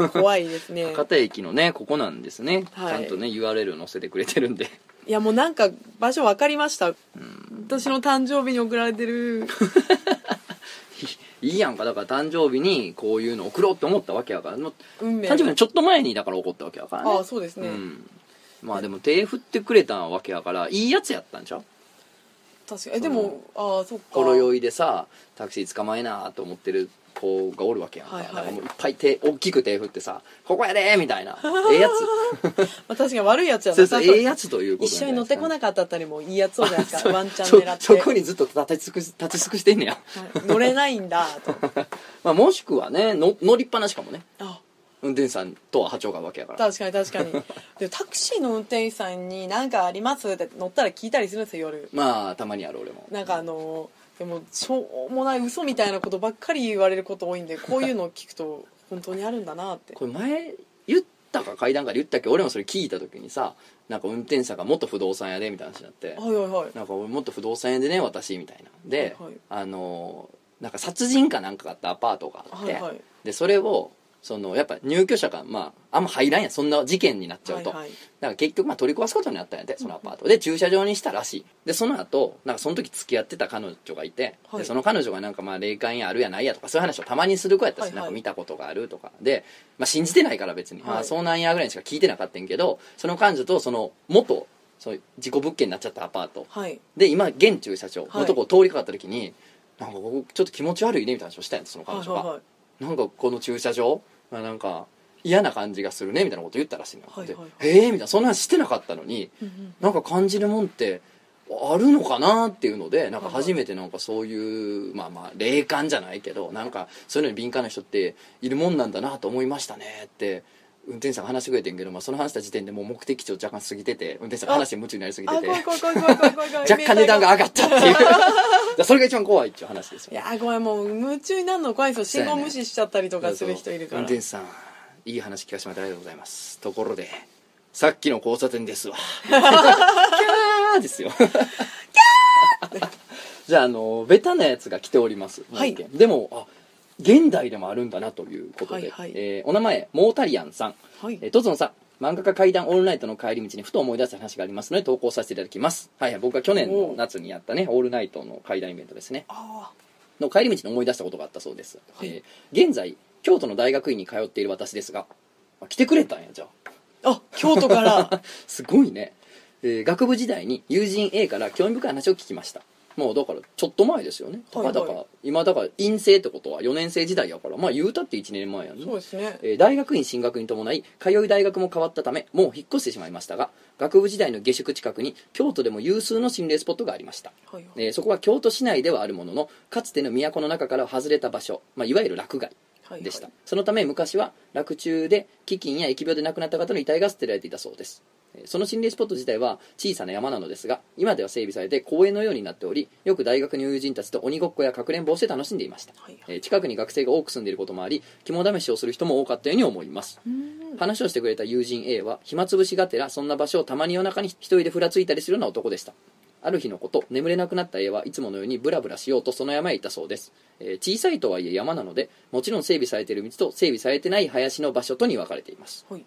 S2: う怖いですね
S1: 博多駅のねここなんですね、
S2: はい
S1: ちゃんとね URL 載せてくれてるんで
S2: いやもうなんか場所分かりました、私の誕生日に送られてる
S1: いいやんかだから誕生日にこういうの送ろうって思ったわけやからもう
S2: 運命
S1: 誕生日のちょっと前にだから怒ったわけやからね
S2: ああそうですね、
S1: うん、まあでも手振ってくれたわけやからいいやつやったんちゃう
S2: 確かにえでもああそっか
S1: ほろ酔いでさタクシー捕まえなと思ってる子がおるわけやんか,、
S2: はいはい
S1: だからもういっぱい手大きく手振ってさ「ここやで!」みたい なええや
S2: まあ、確かに悪いやつや
S1: つ
S2: な
S1: そうそう
S2: 確 か
S1: ええ
S2: に
S1: やつということ
S2: 一緒に乗ってこ
S1: い
S2: なかったったりもいいやつそうじゃないですかワンチャン狙って
S1: そそこにずっと立ち尽くし 立ち尽くしてんねや、
S2: はい乗れないんだ と
S1: まあ、もしくはねの乗りっぱなしかもね
S2: あ
S1: 運転手さんとは波長が合うわけやから
S2: 確かに確かにでタクシーの運転手さんに何かありますって乗ったら聞いたりするんですよ夜
S1: まあたまにある俺も
S2: なんかあのでもしょうもない嘘みたいなことばっかり言われること多いんでこういうのを聞くと本当にあるんだなって
S1: これ前言ったか階段から言ったっけ俺もそれ聞いた時にさなんか運転手さんが元不動産屋でみたいな話になって
S2: はいはいはい
S1: なんか俺もっと不動産屋でね私みたいなで、
S2: はいはい
S1: あのーなんか殺人かなんかがあったアパートがあっ
S2: は
S1: て、
S2: いはい
S1: でそれをそのやっぱ入居者が、まあ、あんま入らんやんそんな事件になっちゃうと、
S2: はいはい
S1: だから結局まあ取り壊すことになったんやでそのアパートで駐車場にしたらしいでその後なんかその時付き合ってた彼女がいて、
S2: はい
S1: でその彼女がなんかまあ霊感やあるやないやとかそういう話をたまにする子やったし、
S2: はいはい
S1: なんか見たことがあるとかで、まあ、信じてないから別に、
S2: はい
S1: ああそうなんやぐらいにしか聞いてなかったんやけどその彼女とその元その事故物件になっちゃったアパート
S2: はい
S1: で今現駐車場
S2: はい
S1: のとこを通りかかった時に、なんかここちょっと気持ち悪いねみたいな話をしたんやんその彼
S2: はい
S1: 女が、
S2: はいはい
S1: なんかこの駐車場あなんか嫌な感じがするねみたいなこと言ったらしいのよ、
S2: はいはいはい
S1: でへえみたいなそんな話してなかったのに
S2: うんうん
S1: なんか感じるもんってあるのかなっていうのでなんか
S2: はいはい
S1: 初めてなんかそういうまあまあ霊感じゃないけどなんかそういうのに敏感な人っているもんなんだなと思いましたねって運転手さんが話してくれてんけど、まあ、その話した時点でもう目的地を若干過ぎてて運転手さんが話に夢中になりすぎ
S2: あ
S1: て
S2: 怖
S1: て
S2: い怖い怖い怖い怖い怖い怖い
S1: 若干値段が上がったっていう だからそれが一番怖いっていう話ですよ
S2: いやーごめんもう夢中になるの怖いですよ信号無視しちゃったりとかする人いるか
S1: 運
S2: ら
S1: 転手さんいい話聞かせてもらってありがとうございますところでさっきの交差点です わキャーですよじゃああのベタなやつが来ております、もう
S2: はい
S1: 一件でもあ現代でもあるんだなということで、
S2: はいはい
S1: えーお名前モータリアンさん
S2: はい
S1: えー、トツノさん漫画家怪談オールナイトの帰り道にふと思い出した話がありますので投稿させていただきますはいはい僕が去年の夏にやったねオールナイトの怪談イベントですね
S2: あ
S1: の帰り道に思い出したことがあったそうです、
S2: はい
S1: えー現在京都の大学院に通っている私ですがあ来てくれたんやじゃあ
S2: ーあ京都から
S1: すごいね、えー学部時代に友人 A から興味深い話を聞きましたもうだからちょっと前ですよね、
S2: はいはい
S1: だから今だから院生ってことは4年生時代やからまあ言うたって1年前やんね
S2: そうですね
S1: えー大学院進学に伴い通い大学も変わったためもう引っ越してしまいましたが学部時代の下宿近くに京都でも有数の心霊スポットがありました
S2: はいはい
S1: えーそこは京都市内ではあるもののかつての都の中からは外れた場所、まあ、いわゆる落外
S2: はいはい
S1: でした、そのため昔は落中で飢饉や疫病で亡くなった方の遺体が捨てられていたそうですえーその心霊スポット自体は小さな山なのですが今では整備されて公園のようになっておりよく大学の友人たちと鬼ごっこやかくれんぼをして楽しんでいました、
S2: はいはい
S1: えー近くに学生が多く住んでいることもあり肝試しをする人も多かったように思います
S2: うーん
S1: 話をしてくれた友人 A は暇つぶしがてらそんな場所をたまに夜中に一人でふらついたりするような男でしたある日のこと眠れなくなった A はいつものようにブラブラしようとその山へ行ったそうです、えー小さいとはいえ山なのでもちろん整備されている道と整備されてない林の場所とに分かれています
S2: はい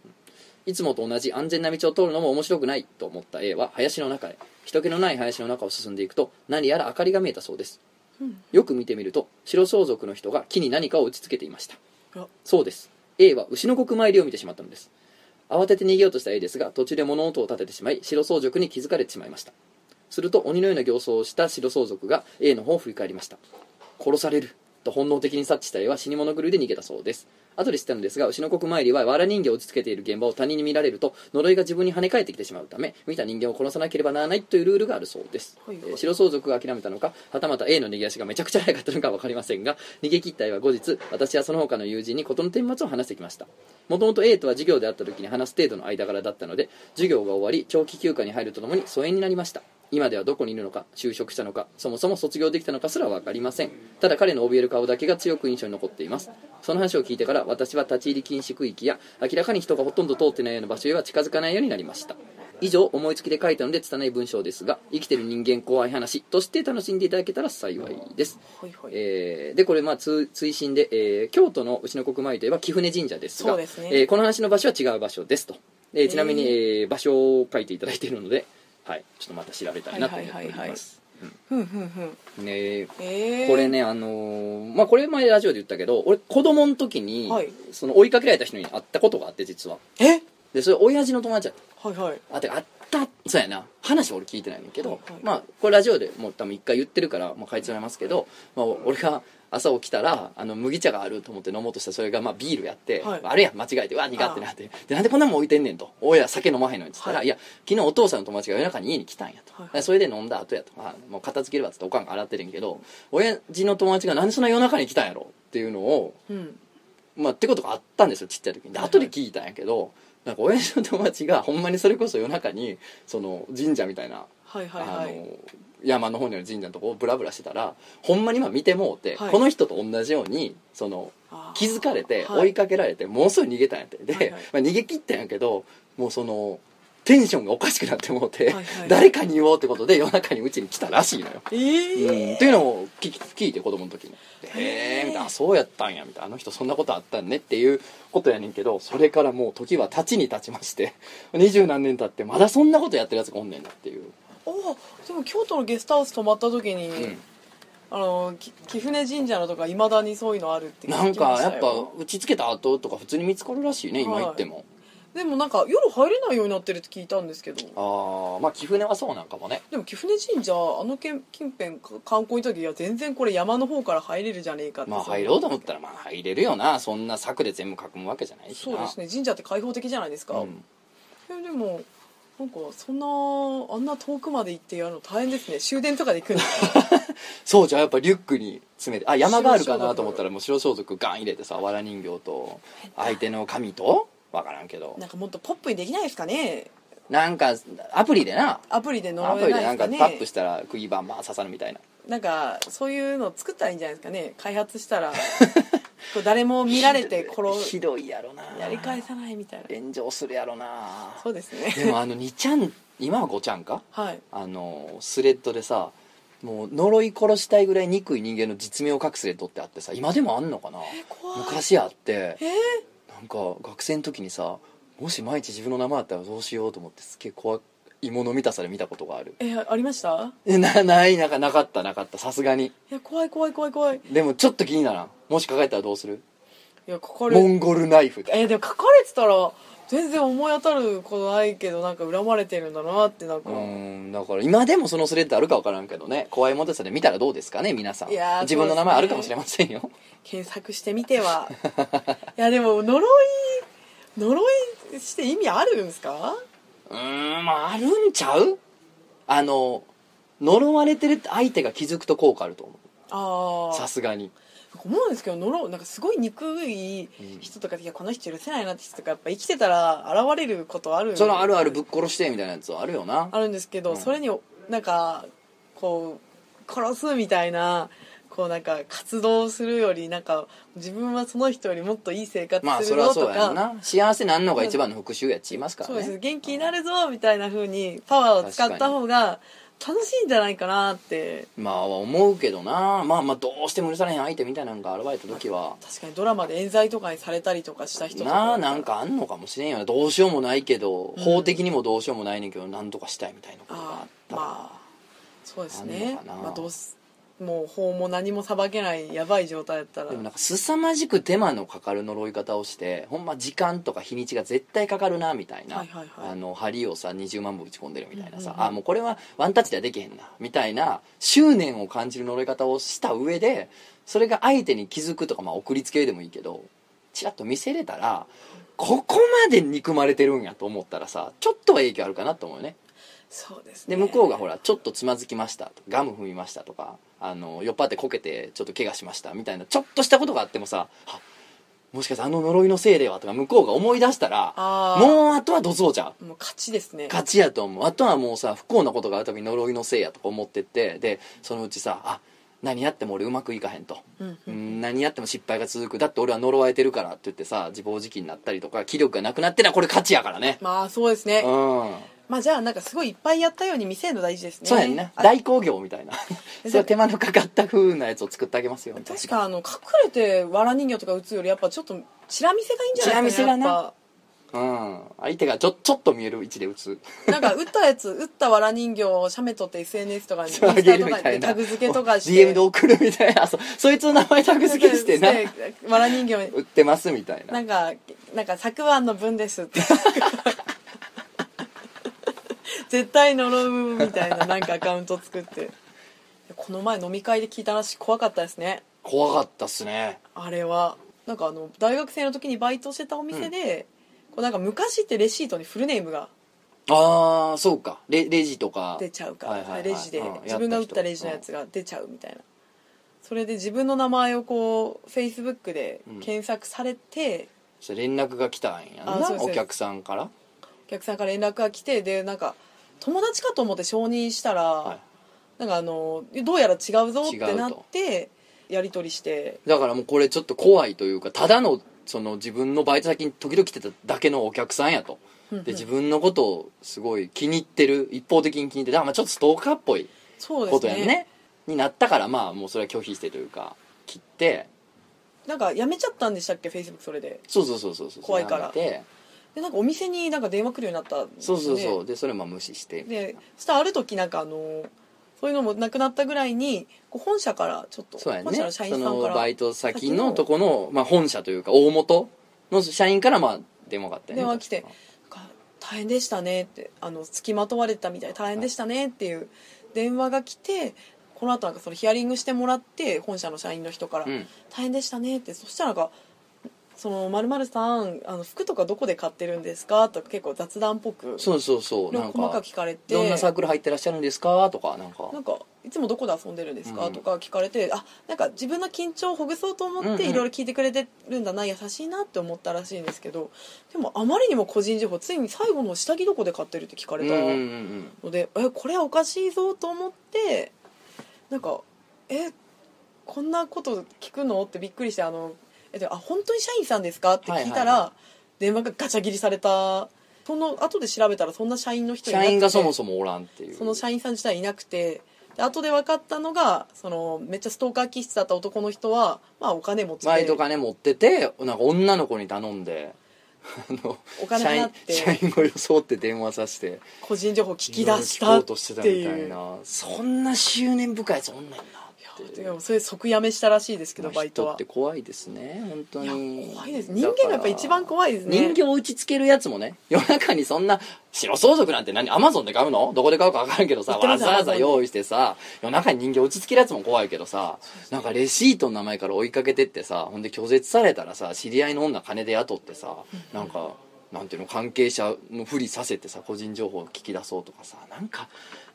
S1: いつもと同じ安全な道を通るのも面白くないと思った A は林の中へ人気のない林の中を進んでいくと何やら明かりが見えたそうです
S2: うん
S1: よく見てみると白装束の人が木に何かを打ちつけていました
S2: あ
S1: そうです A は牛の国参りを見てしまったのです慌てて逃げようとした A ですが途中で物音を立ててしまい白装束に気づかれてしまいましたすると鬼のような形相をした白装束が A の方を振り返りました殺されると本能的に察知した絵は死に物狂いで逃げたそうです後で知ったのですが牛の国参りは藁人形を打ち付けている現場を他人に見られると呪いが自分に跳ね返ってきてしまうため見た人間を殺さなければならないというルールがあるそうです、
S2: はいはい
S1: えー白相続が諦めたのかはたまた A の逃げ足がめちゃくちゃ早かったのかは分かりませんが逃げ切った絵は後日私やその他の友人に事の顛末を話してきましたもともと A とは授業であった時に話す程度の間柄だったので授業が終わり長期休暇に入るとともに疎遠になりました今ではどこにいるのか就職したのかそもそも卒業できたのかすら分かりませんただ彼の怯える顔だけが強く印象に残っていますその話を聞いてから私は立ち入り禁止区域や明らかに人がほとんど通ってないような場所へは近づかないようになりました以上思いつきで書いたので拙い文章ですが生きてる人間怖い話として楽しんでいただけたら幸いです
S2: はいはい
S1: えーでこれまあつ追伸で、えー京都の牛の国参りといえば貴船神社ですが
S2: そうですね
S1: えーこの話の場所は違う場所ですと、えーちなみに、
S2: え
S1: えー場所を書いていただいているので、はい、ちょっとまた調べたいなと思っており
S2: はいはいはいは
S1: ま
S2: い
S1: す
S2: ふんふんふん
S1: ねえ
S2: えー、
S1: これねあのーまあこれ前ラジオで言ったけど俺子供の時に、
S2: はい
S1: その追いかけられた人に会ったことがあって実は
S2: え
S1: でそれ親父の友達だった
S2: はいはい
S1: あてかあったそうやな話は俺聞いてないねんだけど、
S2: はいはい
S1: まあこれラジオでもう多分一回言ってるからもう書いてもらいますけど、まあ、俺が朝起きたらあの麦茶があると思って飲もうとしたらそれがまあビールやって、
S2: はい
S1: あれやん間違えてうわ苦ってなってでなんでこんなもん置いてんねんと「おや酒飲まへんのに」っつったら、、
S2: はい
S1: や昨日お父さんの友達が夜中に家に来たんやと、
S2: はいはい
S1: それで飲んだ後やとあもう片付ければっつっておかんが洗ってるんやけど親父の友達がなんでそんな夜中に来たんやろっていうのを
S2: うん
S1: まあ、ってことがあったんですよちっちゃい時にで後で聞いたんやけどなんか親父の友達がほんまにそれこそ夜中にその神社みたいな、
S2: はいはいは
S1: あ
S2: い
S1: の山の方にある神社のとこをブラブラしてたらほんまに今見てもうて、
S2: はい
S1: この人と同じようにその
S2: あー
S1: 気づかれて
S2: はい
S1: 追いかけられて、もうすぐ逃げたんやってで、
S2: はいはい
S1: まあ、逃げ切ったんやけどもうそのテンションがおかしくなってもうて、
S2: はいはい
S1: 誰かに言おうってことで夜中にうちに来たらしいのよ。
S2: え
S1: うん、
S2: ー
S1: っていうのを聞き聞いて子供の時に「で
S2: へえ
S1: へえ」みたいなあ「そうやったんや」みたいな「あの人そんなことあったんね」っていうことやねんけどそれからもう時は経ちに経ちまして 二十何年経ってまだそんなことやってるやつがおんねんなっていう、
S2: おーでも京都のゲストハウス泊まった時に、あのき貴船神社のとかいまだにそういうのあるって聞きま
S1: な
S2: した
S1: ん
S2: よ
S1: かやっぱ打ちつけた後とか普通に見つかるらしいね今
S2: はい
S1: 行っても、
S2: でもなんか夜入れないようになってるって聞いたんですけど
S1: ああまあ貴船はそうなんかもね
S2: でも貴船神社あのけん近辺か観光に行った時いや全然これ山の方から入れるじゃねえかって
S1: まあ入ろうと思ったらまあ入れるよなそんな柵で全部囲むわけじゃないし
S2: そう
S1: な
S2: ですね神社って開放的じゃないですか、
S1: うん
S2: えでもなんかそんなあんな遠くまで行ってやるの大変ですね終電とかで行く んですか
S1: そうじゃあやっぱリュックに詰めてあ山があるかなと思ったらもう白装束ガン入れてさわら人形と相手の紙とわからんけど
S2: なんかもっとポップにできないですかね
S1: なんかアプリでな
S2: アプリで
S1: ア
S2: 呪
S1: プ
S2: え
S1: リで
S2: ない
S1: な
S2: です
S1: んか
S2: か
S1: タ
S2: ね
S1: ップしたらクイバンバー刺さるみたいな
S2: なんかそういうの作ったらいいんじゃないですか ね開発したらこう誰も見られて殺
S1: ひどいやろな
S2: やり返さないみたいな
S1: 炎上するやろな
S2: そうですね
S1: でもあの2ちゃん今は5ちゃんか
S2: はい
S1: あのスレッドでさもう呪い殺したいぐらい憎い人間の実名を書くスレッドってあってさ今でもあんのかな
S2: 怖い
S1: 昔あって
S2: えー
S1: なんか学生の時にさもし毎日自分の名前あったらどうしようと思ってすっげえ怖いもの見たさで見たことがある
S2: えーありました
S1: えなないなんかなかったなかったさすがに
S2: いや怖い怖い怖い怖い
S1: でもちょっと気にならんもし書かれたらどうする
S2: いや書か
S1: モ
S2: れ
S1: ンゴルナイフって
S2: えーでも書かれてたら全然思い当たることないけどなんか恨まれてるんだなってなん
S1: う
S2: か、
S1: ーんだから今でもそのスレッドあるか分からんけどね怖いものさで見たらどうですかね皆さん
S2: いやー
S1: 自分の名前あ
S2: そう
S1: る
S2: ですね
S1: かもしれませんよ
S2: 検索してみて はいやでも呪い呪いして意味あるんですか
S1: うーんまああるんちゃうあの呪われてるって相手が気づくと効果あると思
S2: あ
S1: う
S2: あ
S1: さすがに
S2: 思うんですけど呪うなんかすごい憎い人とか、いやこの人許せないなって人とかやっぱ生きてたら現れることある
S1: そのあるあるぶっ殺してみたいなやつはあるよな
S2: あるんですけど、
S1: うん
S2: それになんかこう殺すみたいなこうなんか活動するよりなんか自分はその人よりもっといい生活
S1: まあ
S2: す
S1: そ
S2: る
S1: りゃ
S2: ぞ
S1: そ
S2: と
S1: うや
S2: か、
S1: んな幸せなんのが一番の復讐やっち言いますか
S2: そう
S1: ら
S2: ですね
S1: ね
S2: 元気になるぞみたいな風にパワーを使った方が楽しいんじゃないかなって
S1: まあ思うけどなまあまあどうしても許されへん相手みたいなのが現れた時は
S2: 確かにドラマで冤罪とかにされたりとかした人とか
S1: なあなんかあんのかもしれんよなどうしようもないけど、
S2: うん
S1: 法的にもどうしようもないねんけどなんとかしたいみたいなことがあ
S2: あ
S1: った
S2: あ
S1: ら
S2: まあそうですね
S1: あんのかな
S2: まあ、どうすもう法も何もさばけないやばい状態だったら
S1: でもなんか凄まじく手間のかかる呪い方をしてほんま時間とか日にちが絶対かかるなみたいな、
S2: はいはいはい
S1: あの針をさ20万本打ち込んでるみたいなさ、
S2: うんうんうん
S1: あもうこれはワンタッチではできへんなみたいな執念を感じる呪い方をした上でそれが相手に気づくとか、まあ、送りつけでもいいけどちらっと見せれたらここまで憎まれてるんやと思ったらさちょっとは影響あるかなと思うよね
S2: そうですね
S1: で向こうがほらちょっとつまずきましたガム踏みましたとかあの酔っ払ってこけてちょっと怪我しましたみたいなちょっとしたことがあってもさあもしかしてあの呪いのせいではとか向こうが思い出したら
S2: あー
S1: もうあとはドゾうじゃん
S2: もう勝ちですね
S1: 勝ちやと思うあとはもうさ不幸なことがあるたびに呪いのせいやとか思ってってでそのうちさあ何やっても俺うまくいかへんと
S2: うん
S1: う
S2: うん
S1: ん何やっても失敗が続くだって俺は呪われてるからって言ってさ自暴自棄になったりとか気力がなくなってのはこれ勝ちやからね
S2: まあそうですね
S1: うん
S2: まあじゃあなんかすごいいっぱいやったように見せるの大事ですね
S1: そうやんな
S2: あ
S1: 大工業みた いなそう手間のかかった風なやつを作ってあげますよみたいな
S2: 確かあの隠れてわら人形とか打つよりやっぱちょっとチラ見せがいいんじゃないですか
S1: チラ見せ
S2: ね
S1: がな
S2: やっ
S1: うん相手がちょちょっと見える位置で打つ
S2: ぱなんか打ったやつ打ったわら人形を写メ撮って SNS とかにインス
S1: そう
S2: タ
S1: あげるみ
S2: とか
S1: たい
S2: に
S1: な
S2: タグ付けとかして
S1: DM で送るみたいなあそそいつの名前タグ付けしてな
S2: してわら人形に
S1: 売ってますみたい
S2: な
S1: なん
S2: かなんか昨晩の分ですって絶対呪うみたいななんかアカウント作ってこの前飲み会で聞いた話怖かったですね
S1: 怖かったっすね
S2: あれはなんかあの大学生の時にバイトしてたお店で、こうなんか昔ってレシートにフルネームが
S1: ああそうかレレジとか
S2: 出ちゃうか
S1: はい
S2: ら、
S1: はいはい
S2: レジで、
S1: うん
S2: 自分が打ったレジのやつが出ちゃうみたいな、それで自分の名前をこうフェイスブックで検索されて、
S1: それ連絡が来たんや
S2: あ
S1: な
S2: そうです
S1: お客さんから
S2: お客さんから連絡が来てでなんか友達かと思って承認したら、
S1: は
S2: なんかあのどうやら違うぞって
S1: 違うと
S2: なってやり取りして
S1: いだからもうこれちょっと怖いというかただのその自分のバイト先に時々来てただけのお客さんやと
S2: うんうん
S1: で自分のことをすごい気に入ってる一方的に気に入ってるだからまあちょっとストーカーっぽい
S2: そう
S1: こと
S2: です
S1: やん
S2: ね
S1: ねになったからまあもうそれは拒否してというか切って
S2: なんかやめちゃったんでしたっけフェイスブックそれで
S1: そうそうそうそうそう
S2: 怖いから
S1: やめて
S2: でなんかお店になんか電話来るようになったんです
S1: そ
S2: よ
S1: う
S2: ね
S1: そうそうでそれも無視してみたい
S2: で
S1: な
S2: そしたらある時なんかあのそういうのもなくなったぐらいにこう本社からちょっと、
S1: そうや
S2: 本社
S1: ね
S2: の社員
S1: そ
S2: さん
S1: の
S2: から
S1: バイト先のとこの、まあ、本社というか大元の社員からまあ電話があったよね
S2: 電話来て
S1: 確か
S2: か大変でしたねってあの付きまとわれてたみたい大変でしたねっていう電話が来てこの後なんかそのヒアリングしてもらって本社の社員の人から「
S1: うん
S2: 大変でしたね」ってそしたらが「そのまるさんあの服とかどこで買ってるんですか?」とか結構雑談っぽく
S1: そうそうそう
S2: で
S1: な
S2: も
S1: ん
S2: 細か
S1: か
S2: く聞かれて
S1: どんなサークル入ってらっしゃるんですかとかなんか
S2: なんかいつもどこで遊んでるんですか、
S1: うん
S2: とか聞かれてあなんか自分の緊張をほぐそうと思っ
S1: うんう
S2: て
S1: ん
S2: いろいろ聞いてくれてるんだな、優しいなって思ったらしいんですけどでもあまりにも個人情報ついに最後の下着どこで買ってるって聞か
S1: う
S2: れ
S1: ん
S2: た
S1: うんうんうん
S2: ので、えこれはおかしいぞと思ってなんかえこんなこと聞くのってびっくりしてあのえであ本当に社員さんですかって聞いたら、
S1: はいはい
S2: 電話がガチャ切りされたその後で調べたらそんな社員の人いな
S1: 社
S2: くて
S1: 員がそもそもおらんっていう
S2: その社員さん自体いなくてで後で分かったのがそのめっちゃストーカー気質だった男の人は、まあ、お金持ち
S1: バイ
S2: で
S1: ト金持っててなんか女の子に頼んであの
S2: お金払って
S1: 社員社員を装って電話させて
S2: 個人情報聞き出し
S1: いろいろ聞こう
S2: たって
S1: としてたみた
S2: い
S1: いうなそんな執念深いやつおんないなって
S2: でもそれ即やめしたらしいですけど
S1: まあ
S2: バイト
S1: 人
S2: は
S1: って怖いですね本当
S2: いや
S1: に
S2: 怖いです人間がやっぱ一番怖いですね
S1: 人形を打ちつけるやつもね夜中にそんな白相続なんて何アマゾンで買うのどこで買うか分からんけどさ
S2: 売って
S1: わ
S2: ます
S1: ざわざ
S2: Amazon
S1: 用意してさ夜中に人形打ちつけるやつも怖いけどさなんかレシートの名前から追いかけてってさほんで拒絶されたらさ知り合いの女金で雇ってさなんかなんていうの関係者のふりさせてさ個人情報を聞き出そうとかさなんか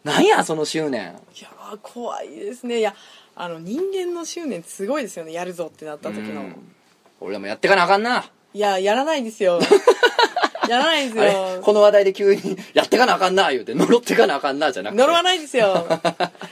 S1: なんやその執念
S2: いやー怖いですねいやあの人間の執念すごいですよねやるぞってなった時の、
S1: うん俺らもやってかなあかんない
S2: ややらない ですよやらないです
S1: あれ
S2: よ
S1: この話題で急に「やってかなあかんな」言うて「呪ってかなあかんな」じゃなくて
S2: 呪わないで すよ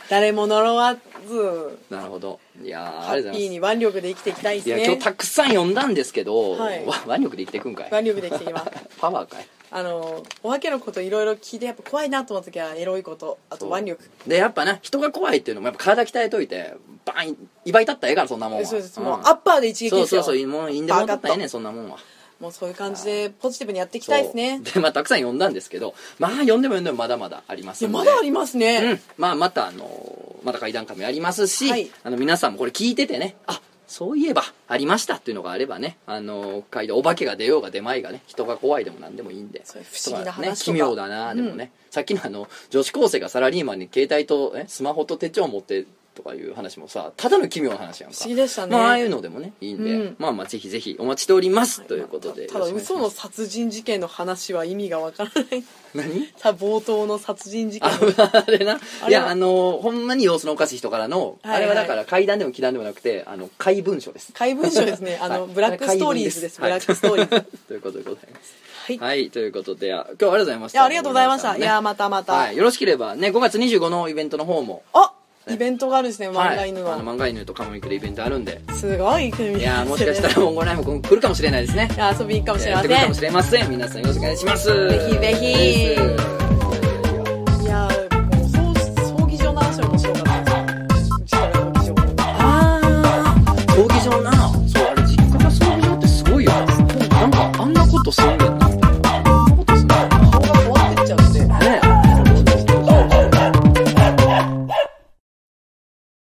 S2: 誰も呪わず
S1: なるほどいやー
S2: ハ
S1: ありが
S2: ッ
S1: とうござ
S2: ピー
S1: い
S2: に腕力で生きていきたい
S1: ますい
S2: で
S1: や
S2: すね
S1: 今日たくさん読んだんですけど、
S2: はい
S1: わ腕力で言ってくんかい
S2: 腕力で生きていきます
S1: パワーかい
S2: あのお化けのこといろいろ聞いてやっぱ怖いなと思った時はエロいことあと腕力
S1: でやっぱな人が怖いっていうのもやっぱ体鍛えといてバーン威張り立ったらええからそんなもん
S2: え
S1: は
S2: そうです、
S1: ん
S2: もうアッパーで一撃
S1: そ
S2: で
S1: う
S2: す
S1: そ
S2: よ
S1: うそうもういいんでもらったらええねんそんなもんは
S2: もうそういう感じでポジティブにやっていきたいですね
S1: そうでまあたくさん読んだんですけどまあ読んでも読んでもまだまだありま
S2: い
S1: す
S2: や
S1: んで
S2: まだありますね、
S1: うんまあまたあのまた階段紙ありますし、
S2: はい
S1: あの皆さんもこれ聞いててねあそういえばありましたっていうのがあればねあの階段お化けが出ようが出まいがね人が怖いでも何でもいいんで
S2: そういう不思議な話とか
S1: ね、奇妙だなでもね、さっきのあの女子高生がサラリーマンに携帯とえスマホと手帳を持ってとかいう話もさただの奇妙な話やんか
S2: 不思議でしたね
S1: まあああいうのでもねいいんで、
S2: うん
S1: まあまあぜひぜひお待ちしております、ということで
S2: たただ
S1: よろしくお
S2: 嘘
S1: 願い
S2: の
S1: し
S2: 殺人事件の話は意味がわからない
S1: ます何
S2: た冒頭の殺人事件
S1: ああれな
S2: あ
S1: い
S2: れは
S1: やあのほんまに様子のおかしい人からの、
S2: はいはい
S1: あれはだから怪談でも奇談でもなくてあの怪文書です
S2: 怪文書ですねあの、
S1: はい
S2: ブラックストーリーズです、
S1: 怪文
S2: ブラックストーリーズ
S1: はい ということでございます
S2: はい、い、
S1: はいということであ今日はありがとうございました
S2: やありがとうございました、
S1: ね
S2: いやまたまた、
S1: はい、よろしければね5月25のイベントの方も
S2: あイベントがあるんですね漫画犬
S1: は
S2: の,、
S1: い、あの漫画犬とカモミクでイベントあるんで
S2: すご い組み合わせ
S1: いやもしかしたら今後ないも 来るかもしれないですね
S2: いや遊びに行くかもしれ
S1: や
S2: ま
S1: って
S2: せ
S1: くるか
S2: ん
S1: もしれません皆さんよろしくお願いします
S2: ぜひぜひ
S1: です